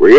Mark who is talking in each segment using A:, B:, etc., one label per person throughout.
A: we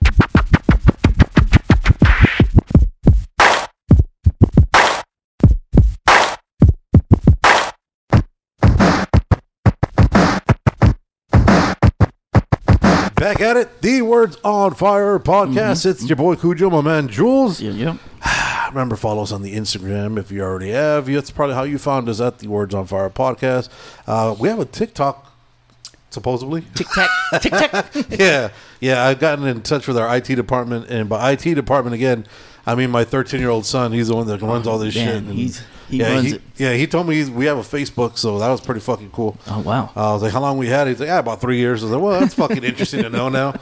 B: Back at it, the Words on Fire podcast. It's your boy Cujo, my man Jules.
C: Yeah, yeah.
B: Remember, follow us on the Instagram if you already have. That's probably how you found us at the Words on Fire podcast. Uh, we have a TikTok, supposedly.
C: Tic tac, tic tac.
B: yeah, yeah. I've gotten in touch with our IT department, and by IT department again, I mean my 13 year old son. He's the one that runs all this
C: Oh, man,
B: shit. and-
C: he's- he
B: yeah,
C: runs
B: he,
C: it.
B: Yeah, he told me he's, we have a Facebook, so that was pretty fucking cool.
C: Oh, wow.
B: Uh, I was like, "How long we had?" it?" He's like, "Yeah, about three years." I was like, "Well, that's fucking interesting to know now."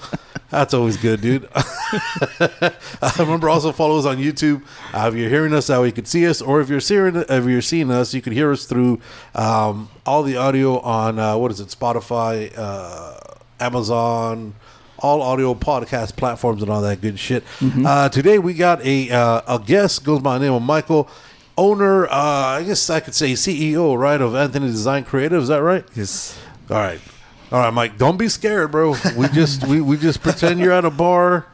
B: That's always good, dude. I remember also follow us on YouTube. Uh, if you're hearing us that way, you can see us, or if you're seeing if you're seeing us, you can hear us through um, all the audio on uh, what is it, Spotify, uh, Amazon, all audio podcast platforms, and all that good shit. Uh, today we got a uh, a guest goes by the name of Michael. Owner, uh, I guess I could say CEO, right, of Anthony Design Creative. Is that right?
D: Yes.
B: All right. All right, Mike. Don't be scared, bro. We just we, we just pretend you're at a bar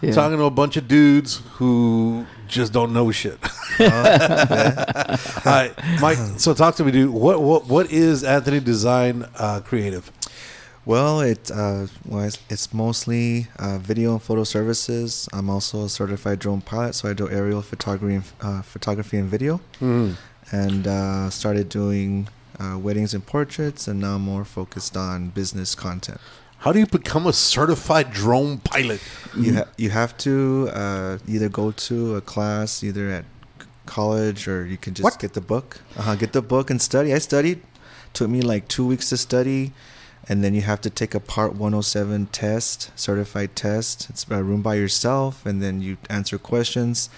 C: Yeah.
B: talking to a bunch of dudes who just don't know shit. All right, Mike. So talk to me, dude. What what what is Anthony Design uh, Creative?
D: Well, it uh, well, it's- it's mostly uh, video and photo services. I'm also a certified drone pilot, so I do aerial photography and, uh, photography and video. And uh, started doing uh, weddings and portraits, and now I'm more focused on business content.
B: How do you become a certified drone pilot?
D: You ha- you have to uh, either go to a class either at c- college or you can just
B: What?
D: get the book. Uh-huh, get the book and study. I studied. Took me like two weeks to study, and then you have to take a Part 107 test, certified test. It's a room by yourself, and then you answer questions.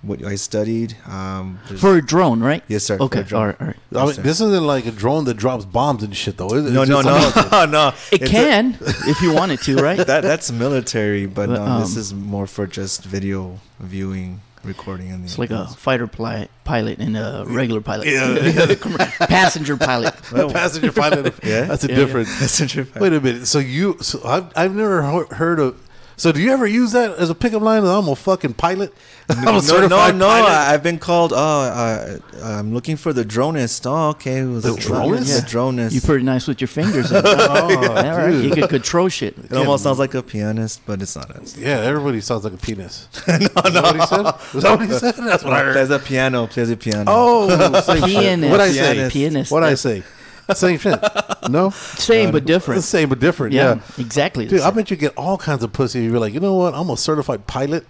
D: What I studied. Um, there's-
C: For a drone, right?
D: Yes, sir, for
C: Okay,
D: a drone.
C: all right, all right.
B: I mean,
D: sir.
B: this isn't like a drone that drops bombs and shit, though. is it?
D: no,
B: It's
D: no,
B: just-
D: no, no.
C: It
D: It's a-
C: can if you want it to, right?
D: that that's military, but
C: But,
D: no, this
C: um,
D: is more for just video viewing, recording, and
C: It's like a fighter pli- pilot and a regular pilot.
B: Yeah.
C: Passenger pilot.
B: passenger pilot.
D: Yeah?
B: that's a
C: Yeah, yeah.
B: different.
D: That's interesting.
B: Wait a minute. So you, so I've, I've never he- heard of. So do you ever use that as a pickup line? That I'm a fucking pilot. I'm a
D: no, no,
B: certified
D: no!
B: pilot?
D: I- I've been called. Oh, uh, I'm looking for the dronist. Oh, okay. It was
B: The dronist?
D: The dronist.
C: You're pretty nice with your fingers. oh, all right. You can control shit.
D: it almost sounds like a pianist, but it's not. Us.
B: yeah, everybody sounds like a penis. no, no. Is that what he said? Is that what he said? That's what I heard.
D: Plays a piano. Plays a piano.
B: Oh, same
C: Pianist.
B: What I say?
D: Pianist.
C: Pianist.
B: What I say? Same shit. No.
C: Same but different.
B: Same but different.
C: Yeah,
B: Yeah.
C: exactly. the
B: Dude, I
C: same.
B: bet you get all kinds of pussy. You're like, you know what? I'm a certified pilot.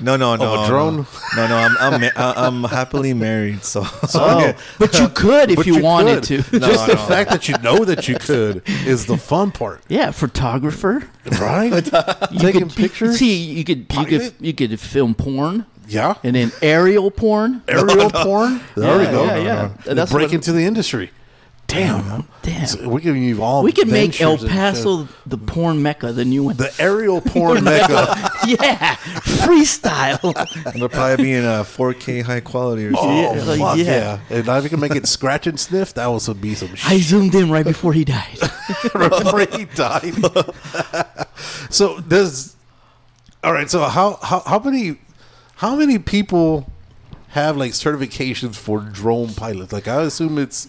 D: no, no, no!
B: Oh, a
D: no.
B: drone?
D: No, no. I'm I'm, ma- I- I'm happily married. So,
C: Oh, but you could if
B: But
C: you,
B: could.
C: wanted to.
B: Just the
D: no.
B: fact that you know that you could is the fun part,
C: Yeah, photographer.
B: right?
C: You
B: Taking
C: could-
B: pictures.
C: See, you could you
B: Pilot?
C: could you could film porn
B: Yeah.
C: and then aerial porn.
B: aerial porn. There we
C: Yeah,
B: go.
C: yeah, yeah.
B: They
C: That's
B: break
C: what-
B: into the industry. Damn.
C: Damn.
B: So we're giving you all.
C: We could make El
B: ventures and shit.
C: Paso the porn mecca, the new one.
B: the aerial porn mecca.
C: yeah, freestyle.
D: it'll probably be in a 4K high quality or something.
B: Oh
C: Yeah, like,
B: fuck yeah.
C: yeah.
B: And now if you can make it scratch and sniff, that also be some
C: I
B: shit
C: zoomed in right before he died.
B: before he died. so does. All right. So how how how many how many people have like certifications for drone pilots? Like I assume it's.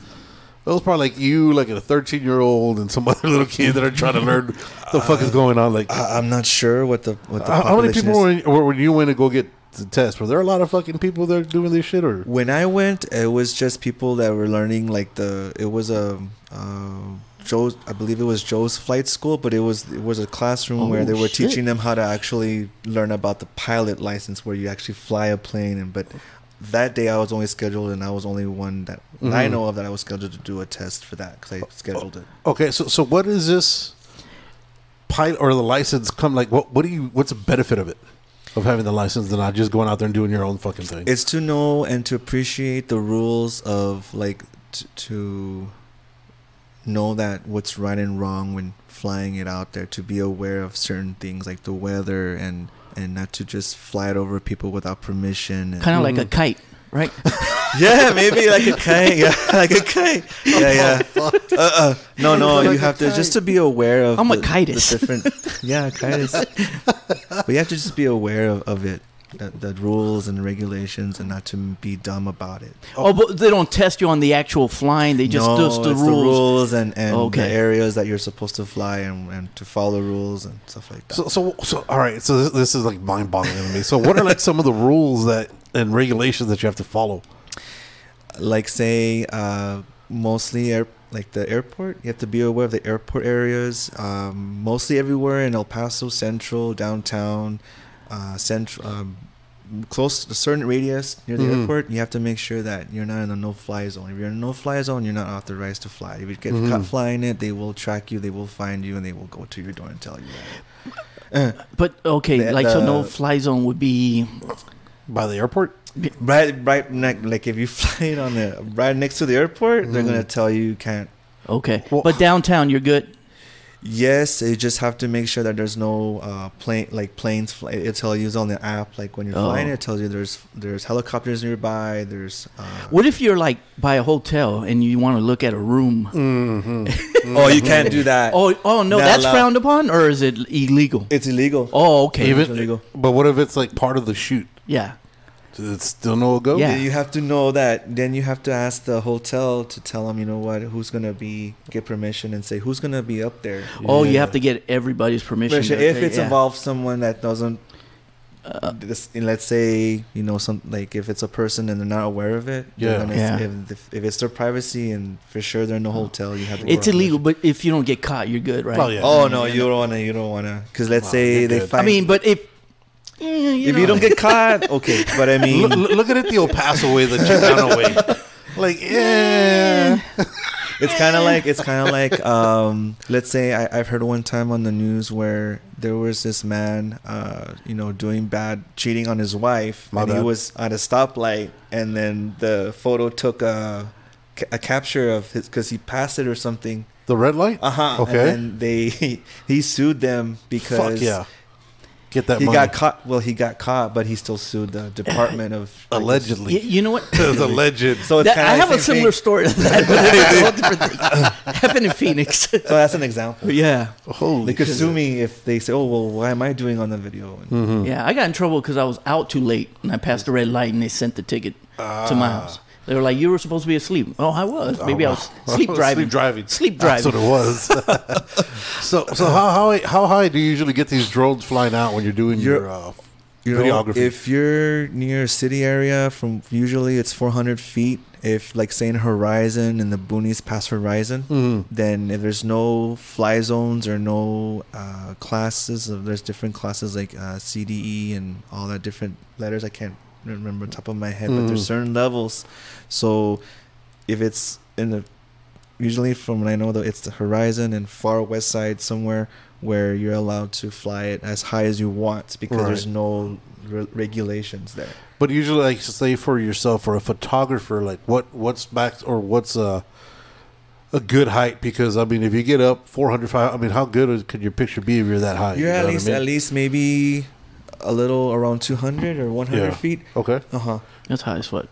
B: It was probably like you, like a 13 year old, and some other little kid that are trying to learn what the
C: Uh,
B: fuck is going on. Like,
D: I- I'm not sure what the what the
B: How, how many
D: population
B: people
D: is.
B: were, in, were when you went to go get the test? Were there a lot of fucking people that are doing this shit or?
D: When I went, it was just people that were learning like the. It was a uh, Joe's. I believe it was Joe's flight school, but it was it was a classroom where
C: Oh,
D: they were
C: shit.
D: teaching them how to actually learn about the pilot license, where you actually fly a plane. And but that day I was only scheduled, and I was only one that that
C: Mm-hmm.
D: I know of that I was scheduled to do a test for that
C: Oh,
D: because I scheduled it.
B: Okay, so so what is this pilot or the license come like? What what do you? What's the benefit of it of having the license and not just going out there and doing your own fucking thing?
D: It's to know and to appreciate the rules of like t- to know that what's right and wrong when flying it out there. To be aware of certain things like the weather and and not to just fly it over people without permission. And
C: Kind of like
B: Mm.
C: a kite, right?
D: yeah, maybe like a kite. Yeah, like a kite.
C: Oh
D: Yeah, yeah. Uh, uh, no, no, you have to just to be aware of.
C: I'm a
D: the- the
C: kitus.
D: different. Yeah, kitus. but you have to just be aware of, of it, the, the rules and regulations, and not to be dumb about it.
C: Oh. but they don't test you on the actual flying. They just
D: no,
C: just the
D: it's
C: rules.
D: rules and, and the
C: Okay.
D: areas that you're supposed to fly and, and to follow rules and stuff like that.
B: So, so, so, all right. So, this, this is like mind boggling to me. So, what are like some of the rules that and regulations that you have to follow?
D: like say uh, mostly air, like the airport you have to be aware of the airport areas um, mostly everywhere in el paso central downtown uh, central um, close a certain radius near the airport you have to make sure that you're not in a no-fly zone if you're in a no-fly zone you're not authorized to fly if you get caught flying it they will track you they will find you and they will go to your door and tell you that Uh,
C: But okay,
D: The-
C: like so,
B: uh,
C: no
D: the-
C: fly zone would be.
B: By the airport?
D: right right neck like if you fly it on the right next to the airport they're gonna tell you you can't
C: Okay,
B: Well-
C: but downtown you're good.
D: Yes, you just have to make sure that there's no uh, plane like planes. Fly- it tells you on the app like when you're
C: Oh.
D: flying. It tells you there's there's helicopters nearby. There's uh,
C: What if you're like by a hotel and you want to look at a room?
D: oh you can't do that.
C: Oh, oh no,
D: Not
C: that's
D: allowed.
C: frowned upon, or is it illegal?
D: it's illegal.
C: oh, okay,
B: Even,
D: illegal.
B: But what if it's like part of the shoot?
C: yeah.
B: It's still no go?
C: Yeah.
D: You have to know that. Then you have to ask the hotel to tell them. You know what? Who's gonna be get permission and say who's gonna be up there.
C: Oh, you have to get everybody's permission.
D: Permission,
C: to-
D: if it's
C: yeah. Uh,
D: involves someone that doesn't. this, let's say you know some like if it's a person and they're not aware of it. they're
B: Yeah.
D: gonna-
C: Yeah.
D: If, if it's their privacy and for sure they're in the hotel, you have to.
C: It's
D: work on
C: illegal, but if you don't get caught, you're good, right?
B: Oh, yeah.
D: it. Oh no, you don't wanna. You don't wanna. Because let's
B: Wow,
D: say
B: you're
D: they
B: good.
D: find.
C: I mean, but if Mm,
D: if you
C: know.
D: don't get caught, okay. But I mean,
B: Look, look at it the El Paso way, the Chicano way. Like, yeah.
D: it's kind of like it's kind of like um, let's say I, I've heard one time on the news where there was this man, uh, you know, doing bad, cheating on his wife,
B: My
D: and he
B: bad.
D: was at a stoplight, and then the photo took a, ca- a capture of his because he passed it or something.
B: The red light?
D: Uh huh.
B: Okay.
D: And then they he sued them because
B: Fuck yeah. Get that
D: he
B: money.
D: got caught. Well, he got caught, but he still sued the Department of
C: Y-
B: Allegedly.
C: you know what?
B: It's a legend.
D: So it's
C: That-
D: kinda
C: I have
D: the
C: a
D: same
C: similar
D: thing.
C: story to that. but that's a whole different thing. Happened in Phoenix.
D: So that's an example.
C: yeah,
B: Holy
D: They could
B: shit.
D: sue me if they say, "Oh well, why am I doing on the video?" And
C: yeah. I got in trouble because I was out too late and I passed the red light and they sent the ticket to my
D: Ah.
C: house. They were like, "You were supposed to be asleep." Oh, I was. Maybe I was sleep driving.
B: Sleep driving.
C: Sleep
B: That's what it
C: driving.
B: was. so, so how how how high do you usually get these drones flying out when you're doing your
D: You're-
B: uh,
D: You know,
B: videography?
D: if you're near a city area, from usually it's 400 feet. If like saying Horizon and the boonies past Horizon,
B: Mm.
D: then if there's no fly zones or no uh, classes, if there's different classes like uh, CDE and all that different letters, I can't remember top of my head, but
B: Mm.
D: there's certain levels. So if it's in the usually from what I know though, it's the Horizon and far west side somewhere where you're allowed to fly it as high as you want because
B: Right.
D: there's no re- regulations there.
B: But usually, like say for yourself or a photographer, like what what's back or what's a a good height? Because I mean, if you get up 400, fi- I mean, how good is- could your picture be if you're that high?
D: You're
B: You know
D: at
B: what I
D: least
B: mean?
D: at least maybe a little around 200 or 100
B: Yeah.
D: feet.
B: Okay.
D: Uh huh.
C: That's high as fuck.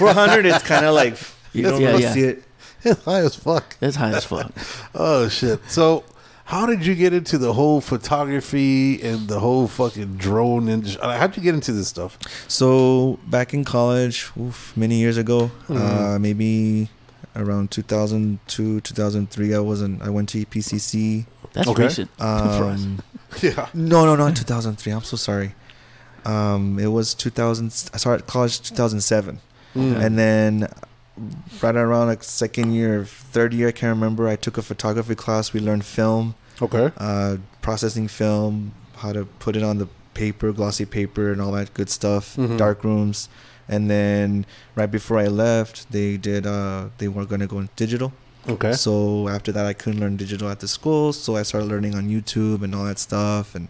D: 400 is kind of like you don't
C: Yeah,
D: really
C: yeah.
D: see it.
B: It's high as fuck.
C: That's high as fuck.
B: Oh shit. So. How did you get into the whole photography and the whole fucking drone industry? Like, How'd you get into this stuff?
D: So back in college, oof, many years ago,
C: Hmm.
D: uh, maybe around 2002, 2003, I wasn't. I went to E EPCC.
C: That's
B: Okay.
C: recent for us.
D: Um,
B: Yeah.
D: No, no, not 2003. I'm so sorry. Um, it was 2000. I started college 2007, and then right around like second year, third year, I can't remember. I took a photography class. We learned film,
B: Okay.
D: uh, processing film, how to put it on the paper, glossy paper, and all that good stuff.
B: Mhm.
D: Dark rooms, and then right before I left, they did. Uh, they were gonna go digital.
B: Okay.
D: So after that, I couldn't learn digital at the school, so I started learning on YouTube and all that stuff, and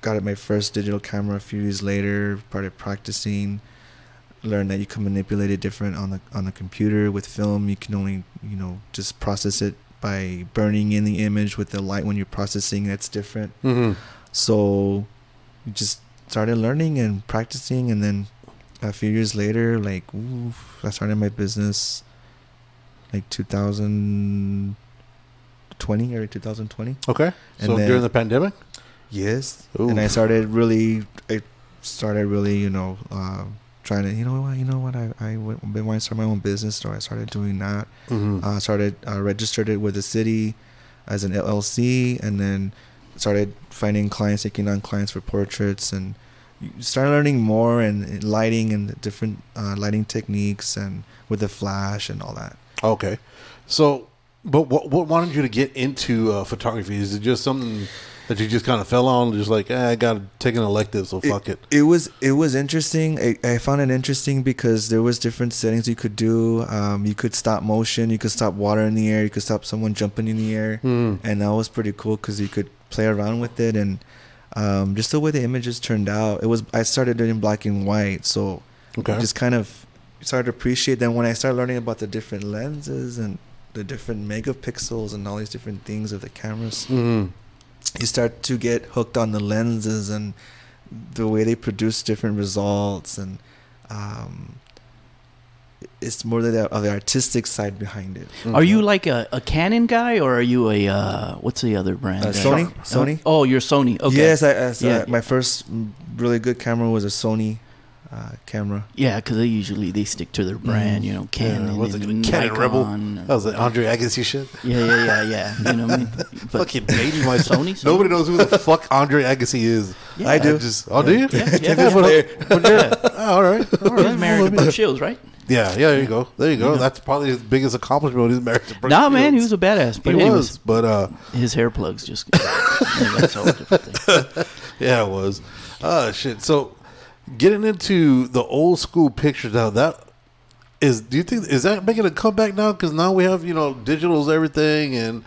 D: got my first digital camera a few years later. Started practicing, learned that you can manipulate it different on the on the computer with film. You can only you know just process it by burning in the image with the light when you're processing. That's different.
B: Mm-hmm.
D: So we just started learning and practicing, and then a few years later, like ooh, I started my business, like 2020 or 2020.
B: Okay.
D: And
B: so
D: then-
B: during the pandemic?
D: Yes.
B: Ooh.
D: And I started really, I started really, you know, uh, trying to, you know what, you know what, I, I w- been wanting to start my own business, so I started doing that.
B: Mm-hmm.
D: Uh, started uh, registered it with the city as an LLC, and then started finding clients, taking on clients for portraits, and you started learning more and lighting and the different uh, lighting techniques and with the flash and all that.
B: okay. So, but what, what wanted you to get into uh, photography? Is it just something that you just kind of fell on? Just like, eh, I got to take an elective, so fuck it.
D: It was it was interesting. I, I found it interesting because there was different settings you could do. Um, you could stop motion. You could stop water in the air. You could stop someone jumping in the air,
B: Mm.
D: and that was pretty cool because you could play around with it and um, just the way the images turned out. It was I started it in black and white, so
B: Okay.
D: just kind of started to appreciate. Then when I started learning about the different lenses and the different megapixels and all these different things of the cameras,
B: mm.
D: you start to get hooked on the lenses and the way they produce different results and um, it's more of the, of the artistic side behind it
C: Are you like a, a Canon guy or are you a uh, what's the other brand?
D: Uh, Sony?
C: Sharp.
D: Sony?
C: Oh, you're Sony. Okay.
D: yes I, as, uh,
C: Yeah.
D: my first really good camera was a sony uh, camera
C: Yeah, because they usually they stick to their brand. You know, Canon.
B: Mm. what's it,
C: and
B: Canon
C: Nikon
B: Rebel? Oh.
C: or-
B: That was the Andre Agassi shit.
C: yeah, yeah, yeah, yeah. You know what I mean? But-
B: Fucking baby, my
C: Sony, Sony.
B: Nobody knows who the fuck Andre Agassi is.
C: Yeah. I do.
B: just, oh, do you?
C: Yeah, yeah.
B: but- but they're- oh, all right. All
C: He
B: right.
C: was married to Brooke Shields, right?
B: Yeah, yeah, there you go. There you go. That's probably his biggest accomplishment. He's married to Brooke
C: Nah, man, he
B: Shields.
C: was a badass. But
B: He
C: anyways,
B: was, but uh,
C: his hair plugs just. Anyway, that's a whole different thing.
B: yeah, it was. Uh shit. So getting into the old school pictures now, that is. Do you think is that making a comeback now? Because now we have you know digital's everything, and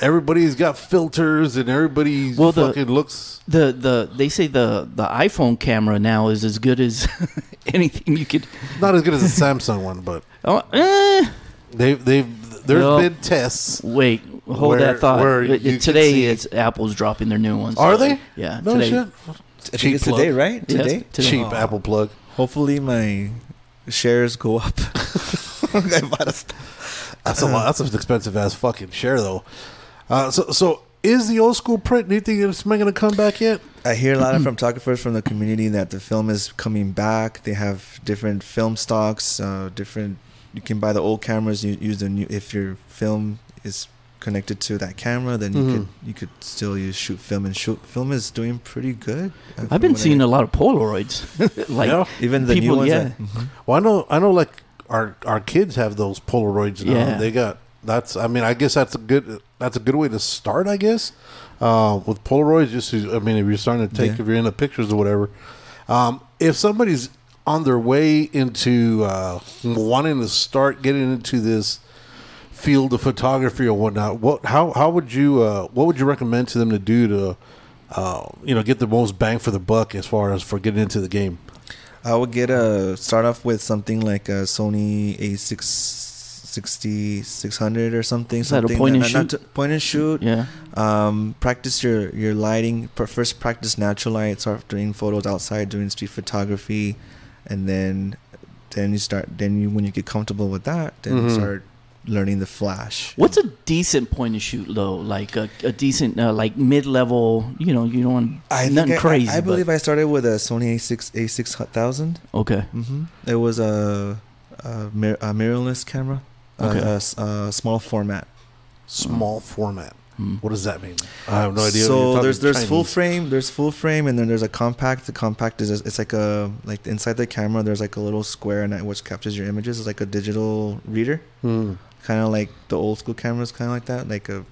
B: everybody's got filters, and everybody's
C: Well, the-
B: fucking looks.
C: The the they say the the iPhone camera now is as good as anything you could.
B: Not as good as the Samsung one, but
C: Oh, eh.
B: they've they've there's
C: Well,
B: been tests.
C: Wait, hold
B: Where-
C: that thought.
B: where
C: Uh,
B: you can
C: today,
B: see-
C: it's Apple's dropping their new ones.
B: Are they?
C: Yeah.
B: No
C: today.
B: shit.
D: i
B: Cheap
D: think it's
B: plug.
D: today right
C: Yeah,
D: today
C: today. Oh.
B: Cheap Apple plug.
D: hopefully my shares go up I bought a stock.
B: That's a lot. That's an expensive ass fucking share though. Uh, so so is the old school print? Do you think it's making a comeback yet?
D: I hear a lot of photographers from the community that the film is coming back. They have different film stocks, uh, different. You can buy the old cameras. You use the new. If your film is connected to that camera, then you could
C: Mm-hmm.
D: you could still use shoot film and shoot film is doing pretty good. uh,
C: I've
D: from
C: been
D: what I-
C: seeing a lot of Polaroids. like
B: Yeah.
D: even the
C: people,
D: new ones.
C: yeah.
D: that- Mhm.
B: Well, I know, I know, like our our kids have those Polaroids now.
C: Yeah.
B: They got that's. I mean, I guess that's a good that's a good way to start. I guess uh, with Polaroids, just to- I mean, if you're starting to take
D: Yeah.
B: if you're into pictures or whatever, um, if somebody's on their way into uh, wanting to start getting into this field of photography or whatnot, what how how would you uh, what would you recommend to them to do to uh, you know get the most bang for the buck as far as for getting into the game?
D: I would get a start off with something like a Sony A660 600 or something.
C: that a
D: something
C: point and
D: to- point and shoot.
C: Yeah.
D: um, practice your, your lighting. Pr- First, practice natural light. Start doing photos outside, doing street photography, and then then you start. Then you when you get comfortable with that, then
B: Mhm.
D: start learning the flash.
C: What's a decent point and shoot though? Like a, a decent, uh, like mid level. You know, you don't want
D: I think
C: nothing
D: I-
C: crazy.
D: I, I believe I started with a Sony A6 A6000.
C: I, okay.
D: Mm-hmm. It was a a, mir- a mirrorless camera, a-
C: Okay.
D: a s- a small format.
B: Small format.
C: Hmm.
B: What does that mean? I have no idea. You're
D: So
B: talking
D: there's there's full
B: Chinese.
D: frame, there's full frame, and then there's a compact. The compact is it's like a like inside the camera. There's like a little square, and that which captures your images. It's like a digital reader,
B: Hmm.
D: kind of like the old school cameras, kind of like that. Like a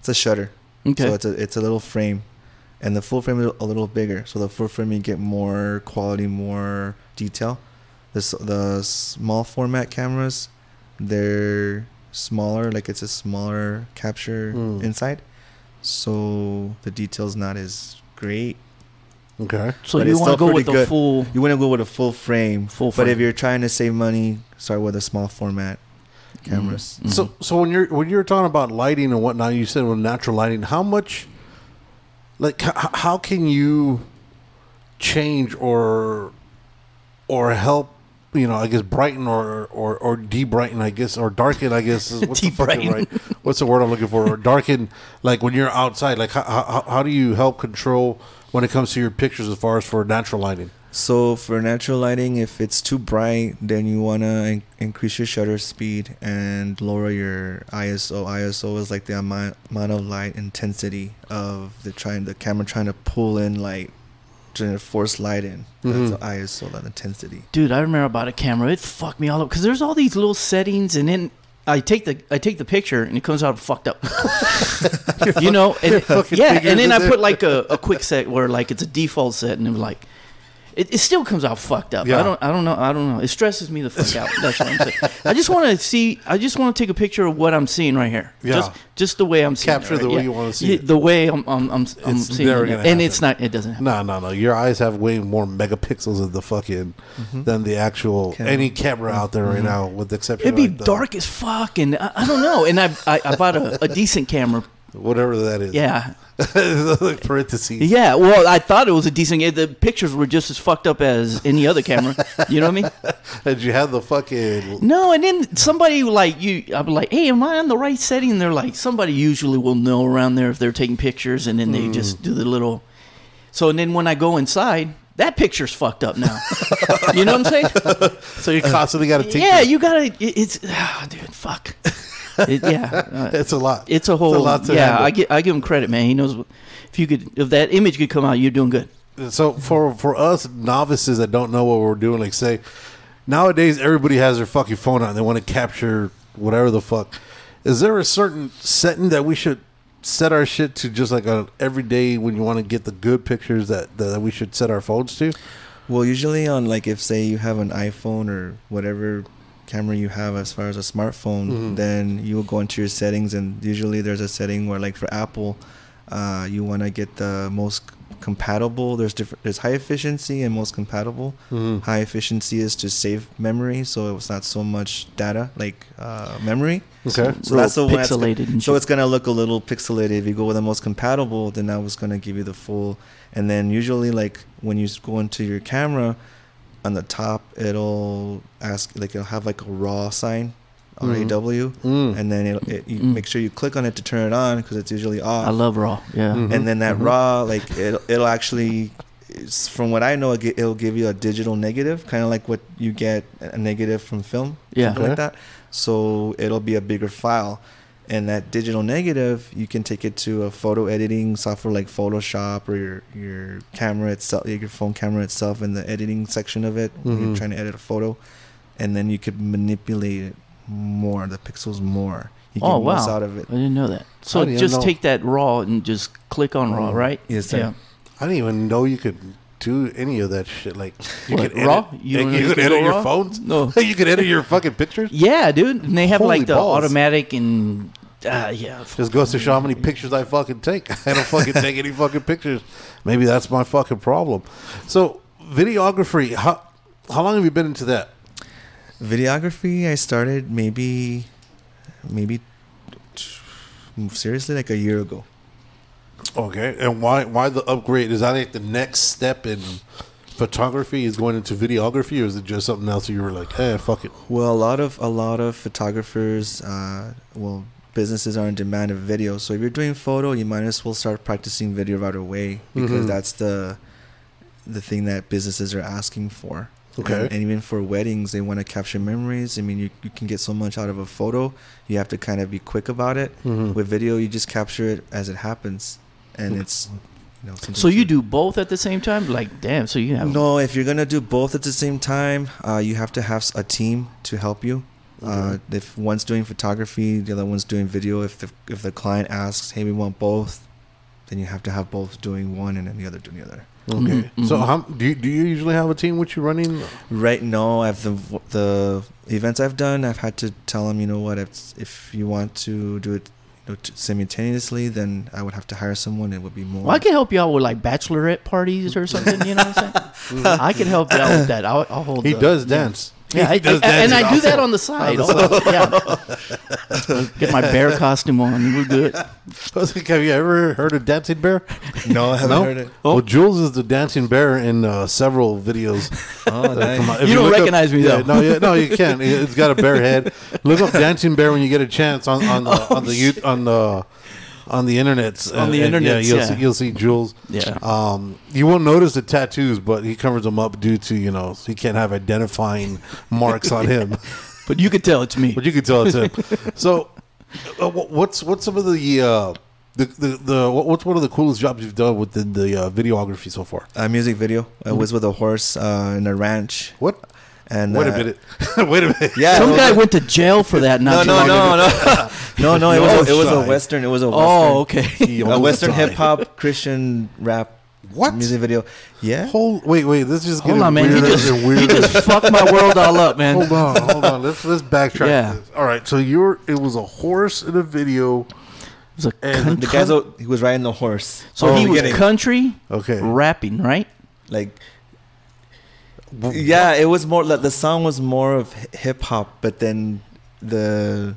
D: it's a shutter.
C: Okay.
D: So it's a it's a little frame, and the full frame is a little bigger. So the full frame you get more quality, more detail. The s- the small format cameras, they're smaller. Like it's a smaller capture
C: Hmm.
B: Mm.
D: inside, so the detail's not as great.
B: Okay.
C: so
D: but
C: you
D: it's
C: want to
D: still
C: go with
D: pretty
C: the
D: good.
C: full.
D: You want to go with a full frame.
C: Full
D: But if
C: frame.
D: you're trying to save money, start with a small format
C: Mm-hmm.
D: cameras.
B: So so when you're when you're talking about lighting and whatnot, you said with natural lighting, how much, like how, how can you change or or help you know i guess brighten or or or de-brighten i guess or darken i guess is what's the fucking
C: De-brighten.
B: right what's the word i'm looking for or darken like when you're outside like how, how, how do you help control when it comes to your pictures as far as for natural lighting
D: So for natural lighting, if it's too bright, then you wanna in- increase your shutter speed and lower your ISO. ISO is like the amount, amount of light intensity of the trying the camera trying to pull in light, trying to force light in. That's the ISO, that intensity.
C: dude, I remember about a camera. It fucked me all up because there's all these little settings, and then I take the I take the picture, and it comes out fucked up. you know, and,
B: fucking
C: yeah,
B: fingers
C: and
B: in
C: then I
B: there.
C: put like a, a quick set where like it's a default set, and it was like. It, it still comes out fucked up.
B: Yeah.
C: I don't. I don't know. I don't know. It stresses me the fuck out. That's what I'm saying. I just want to see. I just want to take a picture of what I'm seeing right here.
B: Yeah.
C: Just, just the way I'm seeing.
B: Capture
C: it, right?
B: the way
C: Yeah.
B: you wanna see
C: Yeah,
B: it.
C: The way I'm. I'm. I'm, I'm
B: It's
C: seeing.
B: never
C: it.
B: gonna
C: And it's
B: happen.
C: not. It doesn't. Happen.
B: No, no, no. Your eyes have way more megapixels of the fucking
C: Mm-hmm.
B: than the actual
D: Camera.
B: any camera out there right now, with the exception
C: It'd be
B: of like the-
C: dark as fuck, and I, I don't know. And I, I, I bought a, a decent camera.
B: whatever that is.
C: Yeah,
B: parentheses.
C: yeah. Well, I thought it was a decent. yeah, The pictures were just as fucked up as any other camera. You know what I mean?
B: And you have the fucking
C: No, and then somebody like you, I'm like, hey, am I on the right setting? And they're like, somebody usually will know around there if they're taking pictures, and then they
B: Hmm.
C: just do the little. So, and then when I go inside, that picture's fucked up now. you know what I'm saying? Uh,
B: so you constantly got to tinker.
C: Yeah, you gotta. It, it's ah, dude, fuck. It, yeah, uh,
B: it's a lot.
C: It's a whole.
B: lot to
C: yeah,
B: handle.
C: I get. I give him credit, man. He knows. what- If you could, if that image could come out, you're doing good.
B: so for for us novices that don't know what we're doing, like say nowadays everybody has their fucking phone out and they want to capture whatever the fuck. Is there a certain setting that we should set our shit to just like on every day when you want to get the good pictures that, that we should set our phones to?
D: Well, usually on like if say you have an iPhone or whatever camera you have as far as a smartphone, then you will go into your settings and usually there's a setting where like for Apple, uh, you want to get the most compatible. There's different. There's high efficiency and most compatible. High efficiency is to save memory, so it's not so much data like uh, memory.
B: Okay.
D: So that's the
C: Little
D: one that's
C: pixelated
D: gonna-
C: and
D: so
C: shit.
D: it's gonna look a little pixelated. If you go with the most compatible, then that was gonna give you the full. And then usually, like when you s- go into your camera, on the top it'll ask like it'll have like a raw sign, R A W,
B: Mm.
D: and then it'll, it, you
C: Mm.
D: make sure you click on it to turn it on because it's usually off.
C: I love Mm-hmm. raw. Yeah.
B: Mm.
D: and then that raw like it'll, it'll actually. It's, from what I know, it'll gi- it'll give you a digital negative, kind of like what you get a negative from film
C: Yeah.
D: something like that. So it'll be a bigger file. And that digital negative, you can take it to a photo editing software like Photoshop or your, your camera itself, your phone camera itself, in the editing section of it. When
B: Mhm.
D: you're trying to edit a photo, and then you could manipulate it more, the pixels more. You
C: Oh
D: get most
C: wow!
D: out of it.
C: I didn't know that.
B: I
C: So
B: didn't
C: just
B: know. Oh,
C: take that raw and just click on raw,
D: Mm.
C: right?
D: Yes, sir.
C: Yeah.
B: I didn't even know you could do any of that shit. Like you
C: What,
B: could edit,
C: raw?
B: you,
C: You don't know you
B: could
C: can
B: edit
C: go
B: your
C: raw?
B: phones.
C: No.
B: you could edit your fucking pictures.
C: Yeah, dude. And they have
B: Holy
C: like the
B: balls.
C: automatic and uh, yeah.
B: Just goes to show how many pictures I fucking take. I don't fucking take any fucking pictures. Maybe that's my fucking problem. So videography, how how long have you been into that?
D: Videography, I started maybe, maybe, seriously, like a year ago.
B: Okay, and why why the upgrade? Is that like the next step in photography? Is going into videography, or is it just something else? You were like, hey, fuck it.
D: Well, a lot of a lot of photographers, uh, well, businesses are in demand of video. So if you're doing photo, you might as well start practicing video right away because
B: Mhm.
D: that's the the thing that businesses are asking for.
B: Okay.
D: And, and even for weddings, they want to capture memories. I mean, you, you can get so much out of a photo. You have to kind of be quick about it.
B: Mhm.
D: With video, you just capture it as it happens, and it's you know. something
C: So you
D: free.
C: do both at the same time? Like, damn. So
B: Oh.
C: you have
D: No, if you're gonna do both at the same time, uh, you have to have s- a team to help you. Uh, if one's doing photography, the other one's doing video. If the if the client asks, "Hey, we want both," then you have to have both doing one and then the other doing the other.
B: Okay,
D: Mm-hmm,
B: so how, do you, do you usually have a team with you running?
D: Right now, I've the the events I've done, I've had to tell them, you know what, if if you want to do it you know, t- simultaneously, then I would have to hire someone. It would be more.
C: Well, I can help you out with like bachelorette parties or something. You know what I'm saying? I could help you out with that. I'll, I'll hold.
D: Uh,
B: He
C: the-
B: does
C: yeah.
B: dance.
C: Yeah, I,
B: does
C: I-
B: that
C: and I do
B: also.
C: that on the side. also. Yeah. Get my bear costume on. We're good.
B: I was like, have you ever heard of Dancing Bear?
D: No, I haven't
B: No.
D: heard it.
B: Well, Jules is the Dancing Bear in uh, several videos.
D: Oh,
B: that come out.
D: nice.
B: If
C: You don't
B: look up-
C: recognize me,
B: yeah,
C: though.
B: No, yeah, no, you can't. It- It's got a bear head. Look up Dancing Bear when you get a chance on on the on the you- on the on the internet.
C: Oh,
B: uh,
C: On the internets,
B: you'll
C: yeah.
B: see, you'll see Jules.
C: Yeah.
B: Um, you won't notice the tattoos, but he covers them up due to you know he can't have identifying marks on him.
C: But you could tell it's me.
B: But you can tell it's him. so, uh, wh- what's what's some of the uh, the, the the what- what's one of the coolest jobs you've done within the uh, videography so far?
D: A music video.
C: Mm-hmm.
D: I was with a horse uh, in a ranch.
B: What?
D: And
B: Wait a
D: uh,
B: minute. Wait a minute.
D: Yeah.
C: Some
D: it
C: guy
D: was-
C: went to jail for that. Not
D: No,
C: too
D: no,
C: long
D: no,
C: ago.
D: no, no, no. It was a, it was a
B: Shy.
D: western. It was a western.
C: Oh, okay.
B: He
D: a
B: almost
D: western
B: died.
D: hip hop Christian rap
B: What?
D: music video. Yeah.
B: Hold wait wait. This is
C: Hold
B: getting
C: on, man. You
B: weirder
C: just,
B: and
C: you
B: weirder.
C: just fucked my world all up, man.
B: hold on hold on. Let's let's backtrack.
C: Yeah.
B: This. All right. So you're it was a horse in a video.
C: It was a
B: And
C: country-
D: The guy's a, he was riding a horse.
C: so
D: Oh,
C: he was
D: beginning.
C: country
B: Okay.
C: rapping, right?
D: like yeah, it was more like the song was more of hip hop, but then the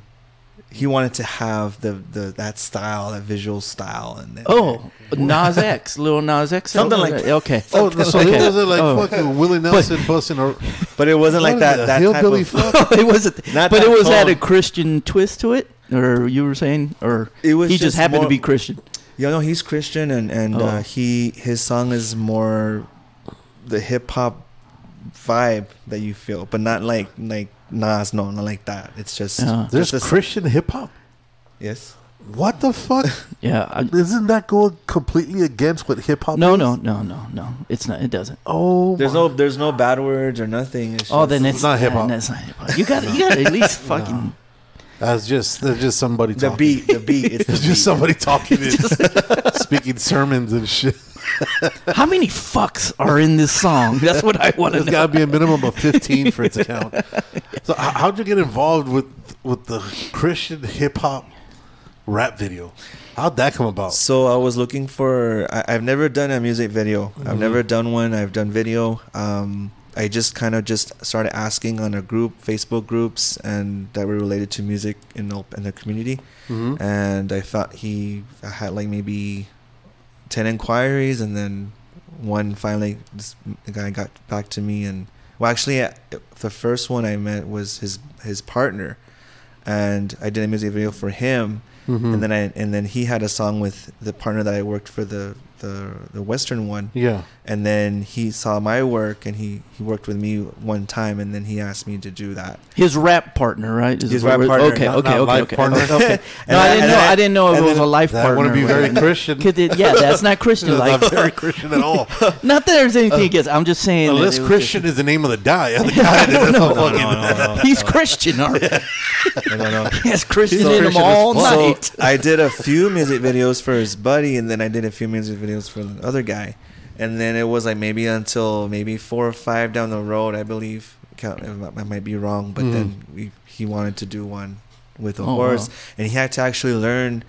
D: he wanted to have the, the that style, that visual style, and then,
C: Oh, Nas X, little Nas X,
D: Something like that.
C: okay.
B: Oh, so
C: Okay.
B: it wasn't like
C: Oh.
B: fucking Willie Nelson busting a
D: but it wasn't like
B: What
D: that
B: the
D: that type
B: hillbilly
D: of,
B: fuck?
C: it wasn't,
D: Not
C: but
D: that
C: it was had
D: tall.
C: a Christian twist to it, or you were saying, or
D: It was
C: he just,
D: just
C: happened to
D: more-
C: be Christian.
D: You know, he's Christian, and and
C: Oh.
D: uh, he his song is more the hip hop vibe that you feel, but not like like Nas, no, not like that. It's just
C: Yeah.
D: just
B: There's
D: this-
B: Christian hip hop.
D: Yes,
B: What the fuck?
C: Yeah, I,
B: Isn't that going completely against what hip hop?
C: no,
B: is?
C: no, no, no, no. It's not. It doesn't.
B: Oh,
D: there's
B: my-
D: no there's no bad words or nothing. It's
C: Oh,
D: just-
C: then it's,
B: not hip hop.
C: That's not hip hop. You got. to You got to at least fucking.
B: That's just that's just somebody
D: the
B: talking.
D: beat, the beat. It's the
B: It's just
D: beat.
B: somebody talking and speaking sermons and shit.
C: How many fucks are in this song? That's what I want to
B: There's
C: know.
B: got to be a minimum of fifteen for it to count. So, h- how'd you get involved with with the Christian hip hop rap video? How'd that come about?
D: So I was looking for. I, I've never done a music video.
C: Mm-hmm.
D: I've never done one. I've done video. Um, I just kind of just started asking on a group, Facebook groups, and that were related to music in the, in the community.
B: Mhm.
D: And I thought he I had like maybe ten inquiries, and then one finally this the guy got back to me, and well, actually, uh, the first one I met was his his partner, and I did a music video for him
B: Mhm.
D: and then I and then he had a song with the partner that I worked for the the, the Western one,
B: yeah,
D: and then he saw my work and he he worked with me one time, and then he asked me to do that.
C: His rap partner, right? Is
D: His
C: what
D: rap
C: we're-
D: partner,
C: Okay,
B: not-
C: okay,
B: not
C: okay,
B: life
C: okay.
B: partner.
C: okay.
D: And
C: No, I
D: I-
C: didn't
D: and
C: know.
D: I-
C: I didn't know if it
D: and
C: was a
D: then-
C: life
B: that
C: partner.
B: wouldn't be
C: or
B: very
C: whatever.
B: Christian.
C: Could it- yeah, that's not Christian.
B: It's
C: like,
B: not very Christian at all.
C: not that there's anything against. I'm just saying. that
B: Unless
C: it was
B: Christian is the name of the guy. The guy that no, fucking
C: just- he's Christian. All right.
D: I don't know.
C: He has Christian
B: He's
C: in him
B: Christian as
C: all
B: fuck.
D: so
C: night.
D: I did a few music videos for his buddy, and then I did a few music videos for the other guy, and then it was like maybe until maybe four or five down the road, I believe. Count, I might be wrong, but then we, he wanted to do one with a
C: Mm-hmm. Oh,
D: horse,
C: wow.
D: and he had to actually learn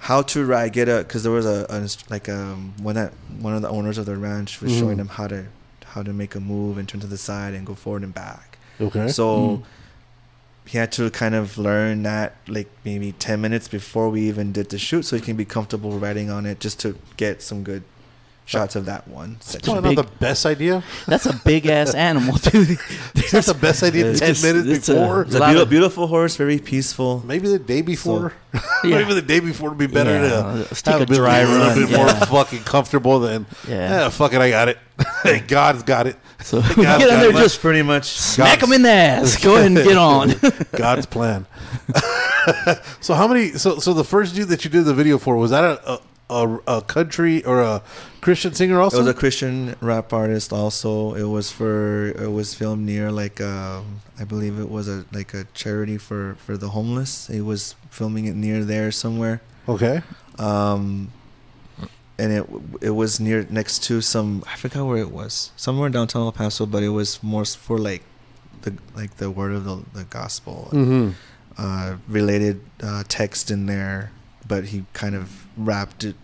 D: how to ride. Get a because there was a, a like um one that one of the owners of the ranch was
C: Mm-hmm.
D: showing him how to how to make a move and turn to the side and go forward and back.
B: Okay.
D: So he had to kind of learn that like maybe 10 minutes before we even did the shoot so he can be comfortable riding on it just to get some good shots of that one. section.
B: Probably not
C: big-
B: the best idea.
C: That's a big ass animal, dude.
B: That's the best idea.
C: It's
B: Ten
C: just-
B: minutes
C: it's a-
B: before,
D: It's a
C: lot
D: beautiful,
C: of-
D: beautiful horse, very peaceful.
B: maybe the day before. maybe the day before would be better
C: Yeah,
B: to
C: let's take a
B: bit-
C: dry
B: little
C: run,
B: bit
C: yeah.
B: more fucking comfortable than.
C: Yeah.
B: Yeah, fuck it, I got it. Hey, God's got it.
C: So
B: God's
C: we
B: got
C: get on there
B: it.
D: That's
C: just
D: pretty much.
C: smack him in the ass. Go ahead and get on.
B: God's plan. so how many? So so the first dude that you did the video for was that a a, a, a country or a Christian singer
D: It
B: also?
D: was a Christian rap artist. Also, it was for it was filmed near like um, I believe it was a like a charity for for the homeless. He was filming it near there somewhere.
B: okay.
D: um, and it it was near next to some I forgot where it was somewhere in downtown El Paso, but it was more s- for like the like the word of the, the gospel
B: Mm-hmm.
D: uh, related uh, text in there, but he kind of wrapped it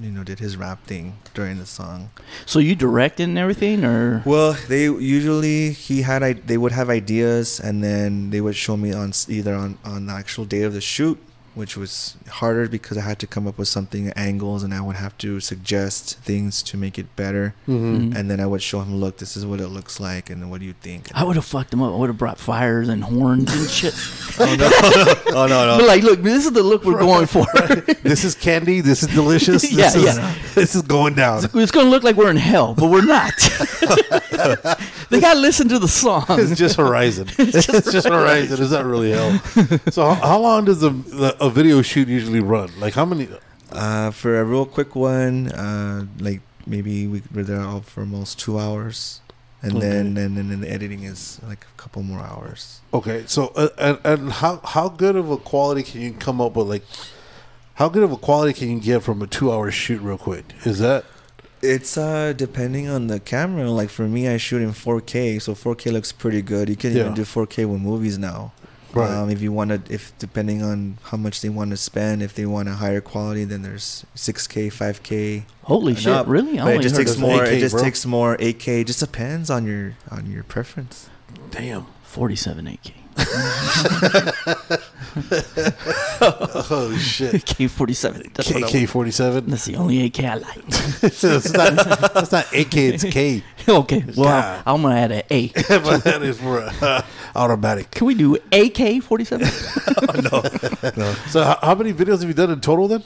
D: you know did his rap thing during the song.
C: So you directed and everything, or
D: Well, they usually he had I they would have ideas and then they would show me on s- either on on the actual day of the shoot, which was harder because I had to come up with something angles and I would have to suggest things to make it better.
B: Mm-hmm.
C: Mhm.
D: And then I would show him, look, this is what it looks like, and what do you think?
C: I would have fucked them up. I would have brought fires and horns and shit.
B: Oh no,
C: But
B: no!
C: like, look, this is the look we're going for.
B: This is candy. This is delicious. This
C: Yeah,
B: is,
C: yeah.
B: This is going down.
C: it's going to look like we're in hell, but we're not. they got to listen to the song.
B: It's just Horizon. it's just, Horizon. It's not really hell. So how, how long does a, the, a video shoot usually run? Like how many?
D: Uh, for a real quick one, uh, like maybe we were there all for almost two hours, and then and then the editing is like a couple more hours.
B: Okay, so uh, and, and how how good of a quality can you come up with? Like how good of a quality can you get from a two-hour shoot? Real quick, is that
D: It's uh depending on the camera. Like for me, I shoot in 4K, so 4K looks pretty good. You can
B: Yeah.
D: even do 4K with movies now.
B: Right.
D: Um, if you want to, if depending on how much they want to spend, if they want a higher quality, then there's 6K, 5K.
C: Holy
D: and
C: shit,
D: up.
C: really?
D: But it just
C: heard
D: takes
C: of
D: more.
B: 8K,
D: it just
B: bro.
D: takes more. 8K just depends on your on your preference.
B: damn?
C: 47 8K.
B: Oh shit!
C: K47. That's, what I want.
B: KK forty seven.
C: that's the only 8K I like.
B: That's not that's not AK. It's K.
C: okay, well,
B: God.
C: I'm going to add an A.
B: but that is for uh, automatic.
C: Can we do AK47?
B: So how, how many videos have you done in total then?